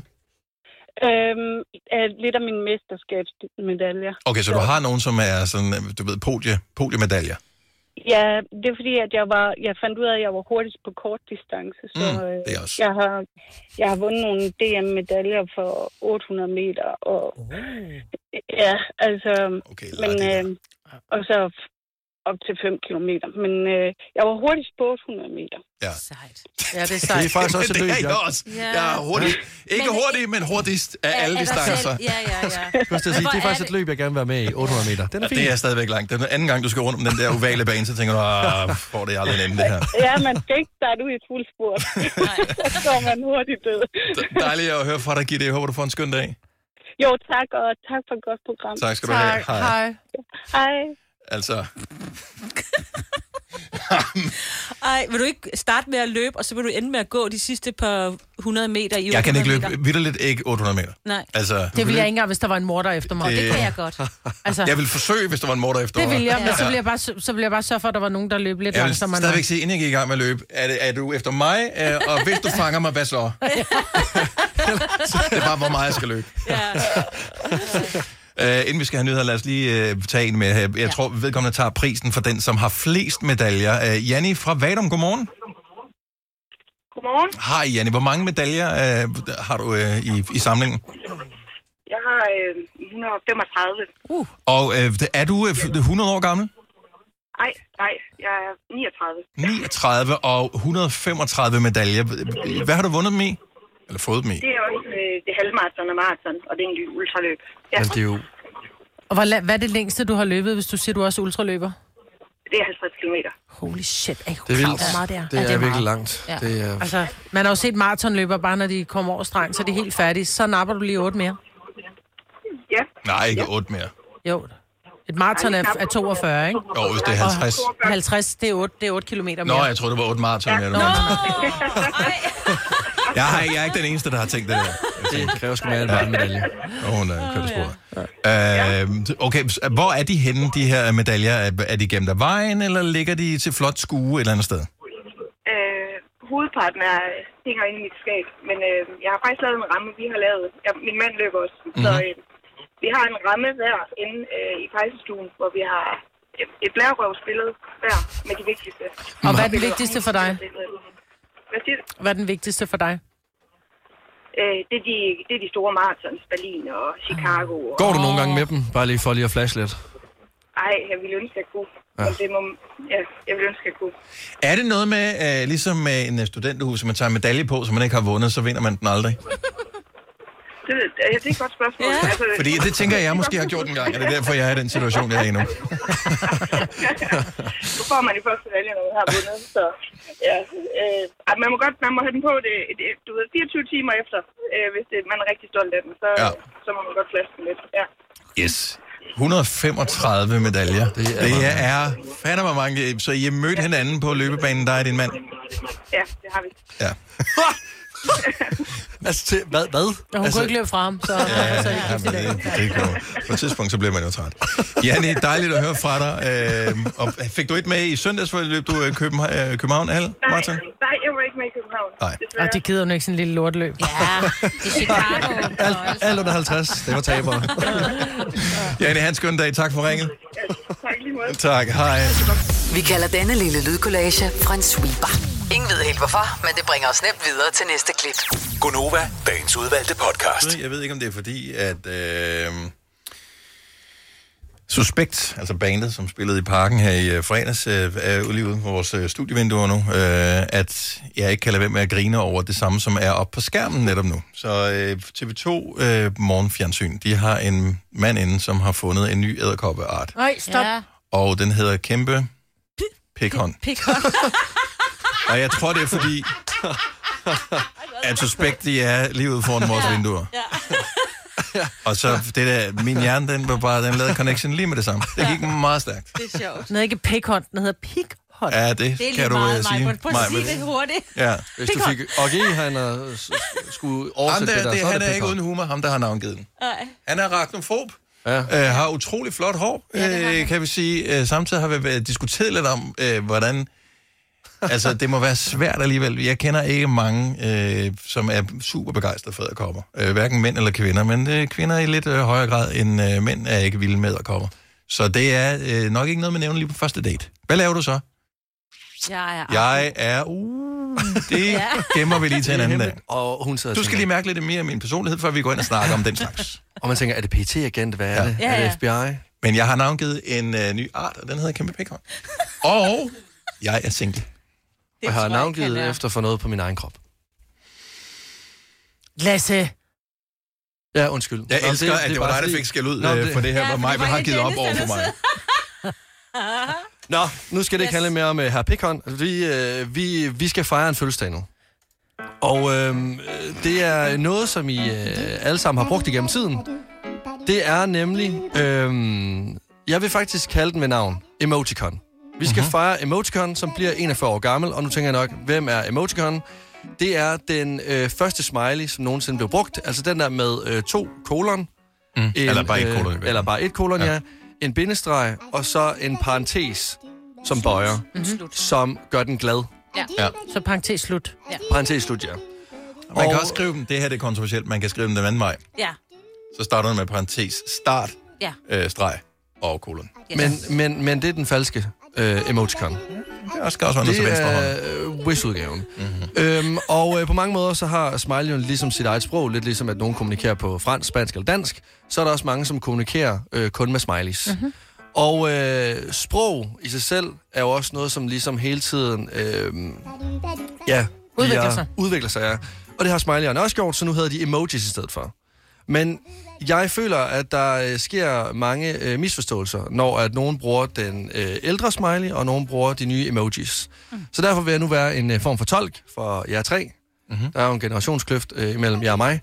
Øhm, øh, lidt af mine mesterskabsmedaljer. Okay, så du har nogen, som er sådan, øh, du ved, podie, podiemedaljer. Ja, det er fordi, at jeg, var, jeg fandt ud af, at jeg var hurtigst på kort distance. Så Mm, øh, det er også. Jeg, har, jeg har vundet nogle DM-medaljer for 800 meter. Og, Ja, altså... Oh. Okay, men, øh, og så f- op til 5 kilometer. Men øh, jeg var hurtigst på 800 meter. Ja. Sejt. Ja, det er Det sejt. er faktisk også et løb, Det er jeg ja. også. Ja. Jeg er hurtig. Ikke hurtig, men hurtigst af alle er der distancer. selv- Ja, ja, ja. Jeg skulle til at sige, Hvor det er faktisk det- et løb, jeg gerne vil være med i. 800 meter. Den er Og fin. det er stadigvæk langt. Den anden gang, du skal rundt om den der ovale bane, så tænker du, ah, får det aldrig nemt det her. Ja, man skal ikke starte ud i fuld sport. så står man hurtigt død. Dejligt at høre fra dig, Gitte. Jeg håber, du får en skøn dag. Jo, tak, og tak for et godt program. Altså, Tak skal du have. Tak. Hej. Hej. Altså, Ej, vil du ikke starte med at løbe, og så vil du ende med at gå de sidste par 100 meter i Jeg kan 800 ikke meter? løbe vidderligt ikke 800 meter. Nej. Altså, Det ville jeg ikke engang, hvis der var en morder efter mig. Det- Det kan jeg godt. Altså, Jeg vil forsøge, hvis der var en morter efter det mig. ville jeg, men så Ja. ville jeg, bare, så ville jeg bare sørge for, at der var nogen, der løb lidt Jeg vil langsommere. end mig. stadigvæk sige, inden jeg gik i gang med at løbe, er, det, er du efter mig, Øh, og hvis du fanger mig, hvad så? så er det bare, hvor meget jeg skal løbe. Ja. Uh, inden vi skal have nyheder, lad os lige uh, tage en med her. Jeg ja. tror, vedkommende tager prisen for den, som har flest medaljer. Uh, Janni fra Vadum, godmorgen. Godmorgen. Hej Janni, hvor mange medaljer uh, har du uh, i, i samlingen? Jeg har øh, 135. Uh. Og uh, er du uh, 100 år gammel? Ej, nej, jeg er 39. 39 og 135 medaljer. Hvad har du vundet dem i? Eller fået dem i? Det er også øh, det halvmarathon og maraton, og det er en ultraløb. Ja, det er jo Og hvor, la- hvad er det længste, du har løbet, hvis du siger, du også er ultraløber? det er 50 km. Holy shit, er I Det er klar over, vildt. hvor meget det er? Det Ja, er virkelig meget. langt. Det er- Altså, man har jo set maratonløbere, bare når de kommer over stregen, så er de helt færdige. Så napper du lige otte mere. Ja. Nej, ikke 8 mere. Jo. Et maraton er, er 42, ikke? Jo, hvis det er 50. Og 50, det er 8, det er 8 kilometer mere. Nå, jeg tror det var 8 maraton. Ja. Nå. Jeg, har, jeg er ikke den eneste, der har tænkt det der. Det kræver sgu mere end bare en medalje. Og hun er kørt sporet. Øh, okay, så hvor er de henne, de her medaljer? Er- Er de gemt af vejen, eller ligger de til flot skue et eller andet sted? Øh, hovedparten er, øh, hænger inde i mit skab, men øh, jeg har faktisk lavet en ramme, vi har lavet. Jeg, min mand løber også, mm-hmm. Mhm. så øh, vi har en ramme hver inde øh, i pejsestuen, hvor vi har et, et blærerøvsbillede hver med de vigtigste. Og hvad er den vigtigste for dig? Hvad siger du? Hvad er den vigtigste for dig? Øh, det, er de, det er de store marathons, Berlin og Chicago. Og... Går du nogle gange med dem? Bare lige for lige at flash lidt. Ej, jeg ville ønske, jeg kunne. Ja. Ja. Det må, ja, jeg ville ønske, jeg kunne. Er det noget med, øh, ligesom med en øh, studenterhus, som man tager en medalje på, som man ikke har vundet, så vinder man den aldrig? Det, det, det er et godt spørgsmål. Ja. Altså, Fordi det tænker jeg, jeg måske har gjort en gang, og det er derfor, jeg er i den situation, jeg er i nu. Nu får man de første valg, når man har vundet, så ja. Øh, ej, man må godt man må have den på det, det, du ved, 24 timer efter, øh, hvis det, man er rigtig stolt af den, så, Ja. ja. så må man godt flaske den lidt. Ja. Yes. 135 medaljer. Det er, det er fandme mange. Så I har mødt hinanden på løbebanen, dig og din mand? ja, det har vi. Ja. altså, til, hvad? hvad? Og hun altså, kunne ikke løbe fra ham, så... Ja, så ja, men det, det går. På et tidspunkt, så bliver man jo træt. Janne, dejligt at høre fra dig. Øh, og fik du et med i søndags, hvor løb du øh, København, øh, København Hal, Martin? Nej, jeg var ikke med i København. Nej. og de gider jo ikke sådan en lille lorteløb. Ja, Alt, alt under 50, det var tabere. Janne, hans skøn dag. Tak for ringet. Tak lige måde. Tak, hej. Vi kalder denne lille lydkollage en sweeper. Ingen ved helt hvorfor, men det bringer os nemt videre til næste klip. Gonova, dagens udvalgte podcast. Jeg ved ikke, om det er fordi, at... Øh, Suspekt, altså bandet, som spillede i parken her i øh, fredags, øh, er jo lige uden for vores øh, studievinduer nu, øh, at jeg ikke kan lade være med at grine over det samme, som er oppe på skærmen netop nu. Så øh, TV2 øh, Morgenfjernsyn, de har en mand inde, som har fundet en ny æderkoppeart, Nej, stop. Ja. og den hedder kæmpe pikhånd. Pik. Og jeg tror, det er fordi, at suspekt, de er lige ude foran vores vinduer. Og så det der, min hjerne, den var bare, den lavede connection lige med det samme. Det gik meget stærkt. Det er sjovt. Den hedder ikke pikhånd, den hedder pikhånd. Ja, det, Det er lige kan du meget øh, mig, sige. Britt. Prøv at Mig, sige men- det hurtigt. Ja. Hvis du fik OG, han er, s- skulle Ham oversætte der, det der, det, så er han er det ikke pikhånd. uden humor, ham der har navngivet den. Nej. Han er arachnofob. Ja. Øh, har utrolig flot hår, ja, øh, kan vi sige. Øh, samtidig har vi været diskuteret lidt om, øh, hvordan... altså, det må være svært alligevel. Jeg kender ikke mange, øh, som er super begejstrede for æderkopper. Øh, hverken mænd eller kvinder, men øh, kvinder i lidt øh, højere grad end øh, mænd er ikke vilde med æderkopper. Så det er øh, nok ikke noget, man nævner lige på første date. Hvad laver du så? Jeg er... Jeg er... Uh, det Ja. gemmer vi lige til en anden dag. Og hun sidder og Du skal tænker- lige mærke lidt mere af min personlighed, før vi går ind og snakker om den slags. Og man tænker, er det pt agent Hvad er det? Ja, Er ja. det FBI? Men jeg har navngivet en øh, ny art, og den hedder kæmpe pikhånd. Og jeg er single. Og jeg har navngivet efter for noget på min egen krop. Lasse. Ja, undskyld. Jeg Nå, elsker, at det var bare dig, der fordi- fik skæld ud, Nå, øh, for det her, Ja, hvor for det Maj var har ikke givet op Dennis, over for der mig. Nå, nu skal det ikke handle mere om uh, herr Pikhånd. Vi, uh, vi, vi skal fejre en fødselsdag nu. Og øh, det er noget, som I øh, alle sammen har brugt igennem tiden. øhm, Det er nemlig... Øh, jeg vil faktisk kalde den ved navn Emoticon. Vi skal Mhm. fejre Emoticon, som bliver 41 år gammel, og nu tænker jeg nok, hvem er Emoticon? Det er den øh, første smiley, som nogensinde blev brugt. Altså den der med øh, to kolon. Mm. Eller bare et kolon. Øh, eller bare et kolon, ja. ja. En bindestreg, og så en parentes, som bøjer, Mhm. mm-hmm. som gør den glad. Ja. ja. Så parentes slut. Ja. Parentes slut, ja. Man kan også skrive dem, det her det er kontroversielt, man kan skrive dem den anden vej. Ja. Så starter man med parentes, start, Ja. øh, streg og kolon. Yes. Men, men, men det er den falske øh, emoticon. Det skal også være noget til venstre hånd. Mhm. hånd. Wish-udgaven. Mm-hmm. Øhm, og øh, på mange måder, så har smiley jo ligesom sit eget sprog, lidt ligesom at nogen kommunikerer på fransk, spansk eller dansk, så er der også mange, som kommunikerer øh, kun med smileys. Mm-hmm. Og øh, sprog i sig selv er jo også noget, som ligesom hele tiden... Øh, ja, Udvikler bliver- sig. Udvikler sig, ja. Og det har smileyerne også gjort, så nu hedder de emojis i stedet for. Men jeg føler, at der øh, sker mange øh, misforståelser, når at nogen bruger den øh, ældre smiley, og nogen bruger de nye emojis. Mm. Så derfor vil jeg nu være en øh, form for tolk for jer tre. Mm-hmm. Der er jo en generationskløft øh, imellem jer og mig.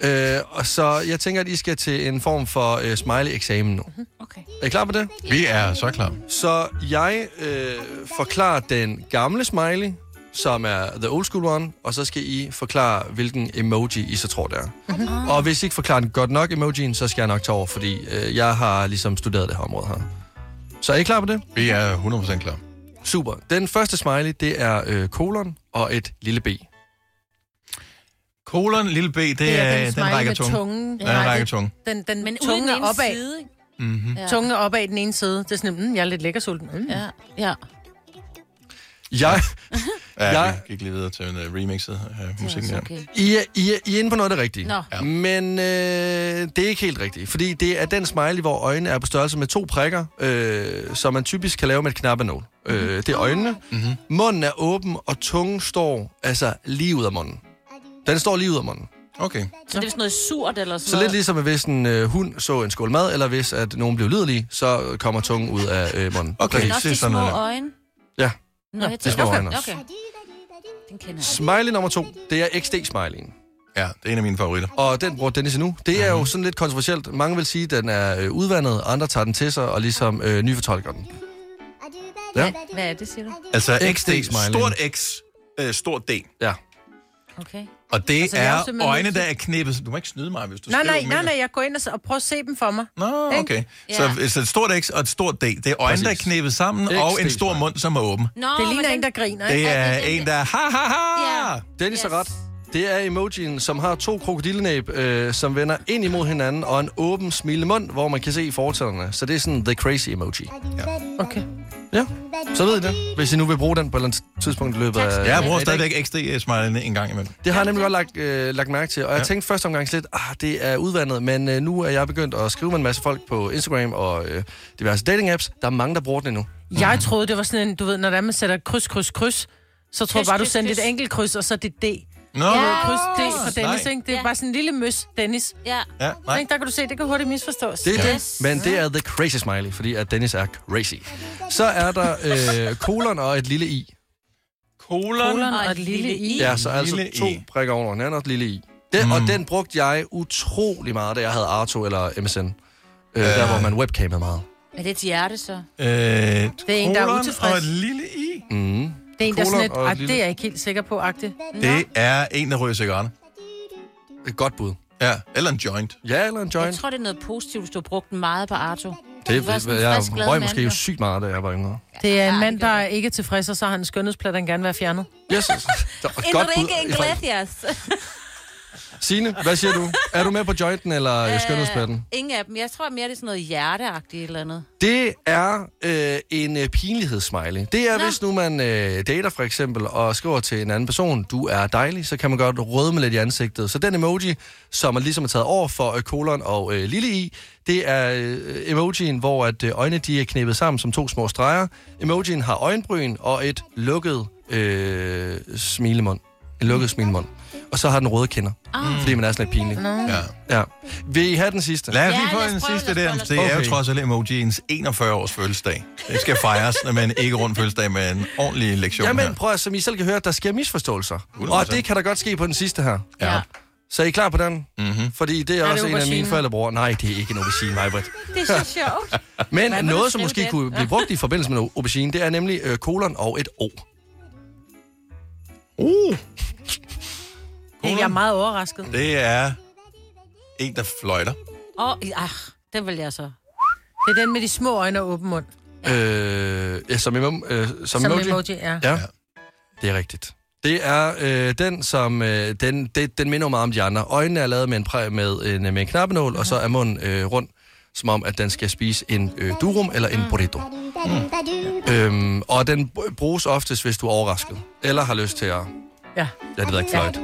Øh, og så jeg tænker, at I skal til en form for øh, smiley-eksamen nu. Mhm. Mm-hmm. Okay. Er I klar på det? Vi er så klar. Så jeg øh, forklarer den gamle smiley, som er the old school one, og så skal I forklare, hvilken emoji I så tror, det er. Mm-hmm. Og hvis I ikke forklarer den godt nok, emojien, så skal jeg nok tage over, fordi øh, jeg har ligesom studeret det her område her. Så er I klar på det? Vi er 100% klar. Super. Den første smiley, det er øh, kolon og et lille b. Kolon, lille b, det, Det det er er den den, den smiley rækker med tunge. tungen. Ja, Ja, den det- rækker tunge. Den, den, Men Men uden tunge den er ene opad. side, ikke? Mhm. Mm-hmm. Ja. Tunge er opad i den ene side. Det er sådan, mm, jeg er lidt lækker sulten. Mm. Ja. Ja. Jeg, Ja, jeg, jeg gik lige videre til en uh, remixet Altså, af musikken her. Okay. I er, I, er, I er inde på noget af det rigtige. Nå. Ja. Men øh, det er ikke helt rigtigt. Fordi det er den smiley, hvor øjnene er på størrelse med to prikker, øh, som man typisk kan lave med et knappenål. Mm-hmm. Mhm. Øh, det er øjnene. Mhm. Mm-hmm. Munden er åben, og tungen står altså lige ud af munden. Den står lige ud af munden. Okay. Så det er sådan noget surt eller sådan Så lidt noget. ligesom, at hvis en øh, hund så en skål mad, eller hvis at nogen blev liderlig, så kommer tungen ud af øh, munden. Okay, Men også de små øjne. Ja. Nå, jeg de tænker, små okay, øjne også. okay. Den kender jeg. Smiley nummer to, det er XD-smileyen. Ja, det er en af mine favoritter. Mhm. Og den bruger Dennis endnu. Det er jo sådan lidt kontroversielt. Mange vil sige, at den er øh, udvandet, andre tager den til sig og ligesom øh, nyfortolker den. Ja. Hvad- Hvad er det, siger du? Altså XD, XD-smileyen. stort X, øh, stort D. Ja. Okay. Og det Altså, altså, jeg er jo er, simpelthen øjne, nødt der til- er knippet. Du må ikke snyde mig, hvis du Nej, skriver nej, mega- nej, nej, jeg går ind og, s- og prøver at se dem for mig. Nå, Okay, så, ja. så et stort X og et stort D, det er øjne, der er Præcis. knippet sammen, og en stor mund, som er åben. Nå, det ligner en, der griner. Det ikke? er en, der er ha, ha, ha. Ja. Dennis yes. er ret. Det er emojien, som har to krokodillenæb, øh, som vender ind imod hinanden, og en åben smilende mund, hvor man kan se fortænderne. Så det er sådan the crazy emoji. Okay. Ja, så ved I det, hvis I nu vil bruge den på et eller andet tidspunkt i løbet af... Jeg bruger af dagen. stadigvæk XD-smilen en gang imellem. Det har jeg nemlig godt lagt, øh, lagt mærke til, og jeg Ja. tænkte første omgang lidt, ah, det er udvandet, men øh, nu er jeg begyndt at skrive med en masse folk på Instagram og øh, diverse dating-apps. Der er mange, der bruger den endnu. Jeg troede, det var sådan en, du ved, når det er, man sætter kryds, kryds, kryds, så tror jeg Kryds, bare, du kryds, sendte et kryds. enkelt kryds, og så dit D. Nå. ja, kryds D for Dennis, Nej. ikke? Det er bare sådan en lille møs, Dennis. Ja. Ja, Nej. nej. Ikke? Der kan du se, det kan hurtigt misforstås. Det er det, men det er the crazy smiley, fordi at Dennis er crazy. Så er der øh, kolon og et lille i. Kolon og et lille i. Ja, så altså Lille to i. prikker over hinanden og et lille i. Den, mm. Og den brugte jeg utrolig meget, da jeg havde Arto eller MSN. Øh, Der, hvor man webcamede meget. Er det et hjerte, så? Øh, Det er en, der er kolon utilfreds. og et lille i. Mm. Det er en, der er sådan Kolon og et, et ah, det lille- er jeg ikke helt sikker på, agtigt. Det er en, der ryger cigaretter. Et godt bud. Ja, eller en joint. Ja, eller en Jeg joint. tror, det er noget positivt, hvis du har brugt den meget på Arto. Det, Du var det, sådan en jeg frisk, glad røg mand, måske jo. jo sygt meget, da jeg var yngre. Det er en mand, der er ikke er tilfreds, og så har han en skønhedsplet, han gerne vil have fjernet. Yes. Der var et godt bud. Signe, hvad siger du? Er du med på jointen eller øh, skønhedsplatten? Ingen af dem. Jeg tror mere, det er sådan noget hjerteagtigt eller andet. Det er øh, en øh, pinlighedssmiley. Det er, Nå. Nå. hvis nu man øh, dater for eksempel, og skriver til en anden person, du er dejlig, så kan man godt rødme lidt i ansigtet. Så den emoji, som er ligesom er taget over for øh, kolon og øh, lille i, det er øh, emojien, hvor at øh, øjnene de er knæppet sammen som to små streger. Emojien har øjenbryn og et lukket øh, smilemund. En lukket smilemund. Og så har den røde kinder, Ah. ah. fordi man er sådan lidt pinlig. Ja. Ja. Vil I have den sidste? Lad os Ja, lige få lad os den prøve, sidste lad der. os prøve, lad os Det er jo prøve. trods alt emojiens 41-års fødselsdag. Det skal fejres, når man ikke rundt fødselsdag med en ordentlig lektion Jamen, her. prøv at, som I selv kan høre, der sker misforståelser. 100%. Og det kan der godt ske på den sidste her. Ja. Mhm. Så er I klar på den? Mm-hmm. Fordi det er, Er er det også en af mine aubergine? forældrebror. Nej, det er ikke en aubergine, Majbrit. Det er så sjovt. Men Hvad var det, noget, som skrive måske den? kunne blive brugt i forbindelse med en aubergine, det er nemlig øh, kolon og et O. Uh. Jeg er meget overrasket. Det er en, der fløjter. Og, ah, den vil jeg så. Det er den med de små øjne og åben mund. Øh, ja, som, emo- øh, som, Som emoji, ja. ja. Det er rigtigt. Det er øh, den, som... Øh, den, det, den minder jo meget om de andre. Øjnene er lavet med en, præ, med en, øh, med en knappenål, og så er munden øh, rund, som om, at den skal spise en øh, durum eller en burrito. Mm. Øhm, og den br- bruges oftest, hvis du er overrasket, eller har lyst til at... Ja. Ja, det ved jeg ikke, fløjt.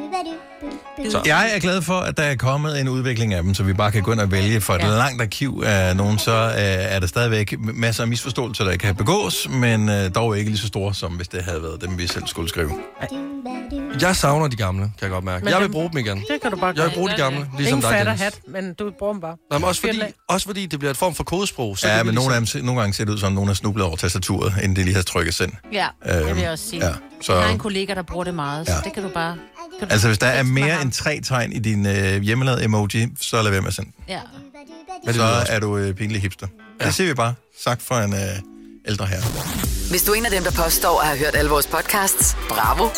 Så. Jeg er glad for, at der er kommet en udvikling af dem, så vi bare kan gå ind og vælge for et ja. langt arkiv af nogen, så øh, er der stadigvæk masser af misforståelser, der kan begås, men øh, dog ikke lige så store, som hvis det havde været dem, vi selv skulle skrive. Jeg savner de gamle, kan jeg godt mærke. Men jeg dem- vil bruge dem igen. Det kan du bare Jeg vil bruge de gamle, ligesom Ingen dig, fatter Dennis. hat, men du bruger dem bare. Nå, men også Fyr den fordi, af. også fordi det bliver et form for kodesprog. Så Ja, kan vi men nogle af ligesom- dem, se- nogle gange ser det ud som, om nogen har snublet over tastaturet, inden det lige har trykket send. Ja, det Øhm, vil jeg også sige. ja, Ja, så- så... Jeg har en kollega, der bruger det meget, så Ja. ja. det kan du bare... Kan du... Altså, hvis der er mere end tre tegn i din øh, hjemmelavede emoji, så lad være med at sende den. Ja. Så er du øh, pinlig hipster. Ja. Det ser vi bare. Sagt for en øh, ældre herre. Hvis du er en af dem, der påstår at have hørt alle vores podcasts, bravo.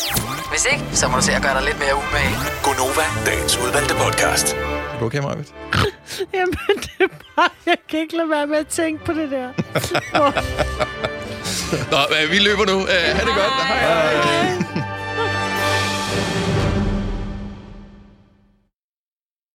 Hvis ikke, så må du se at gøre dig lidt mere umage. Gonova, dagens udvalgte podcast. Er du okay, Marvitt? Jamen, det er bare... Jeg kan ikke lade være med at tænke på det der. Nå, øh, vi løber nu. Øh, ha' det godt. Hej. hej.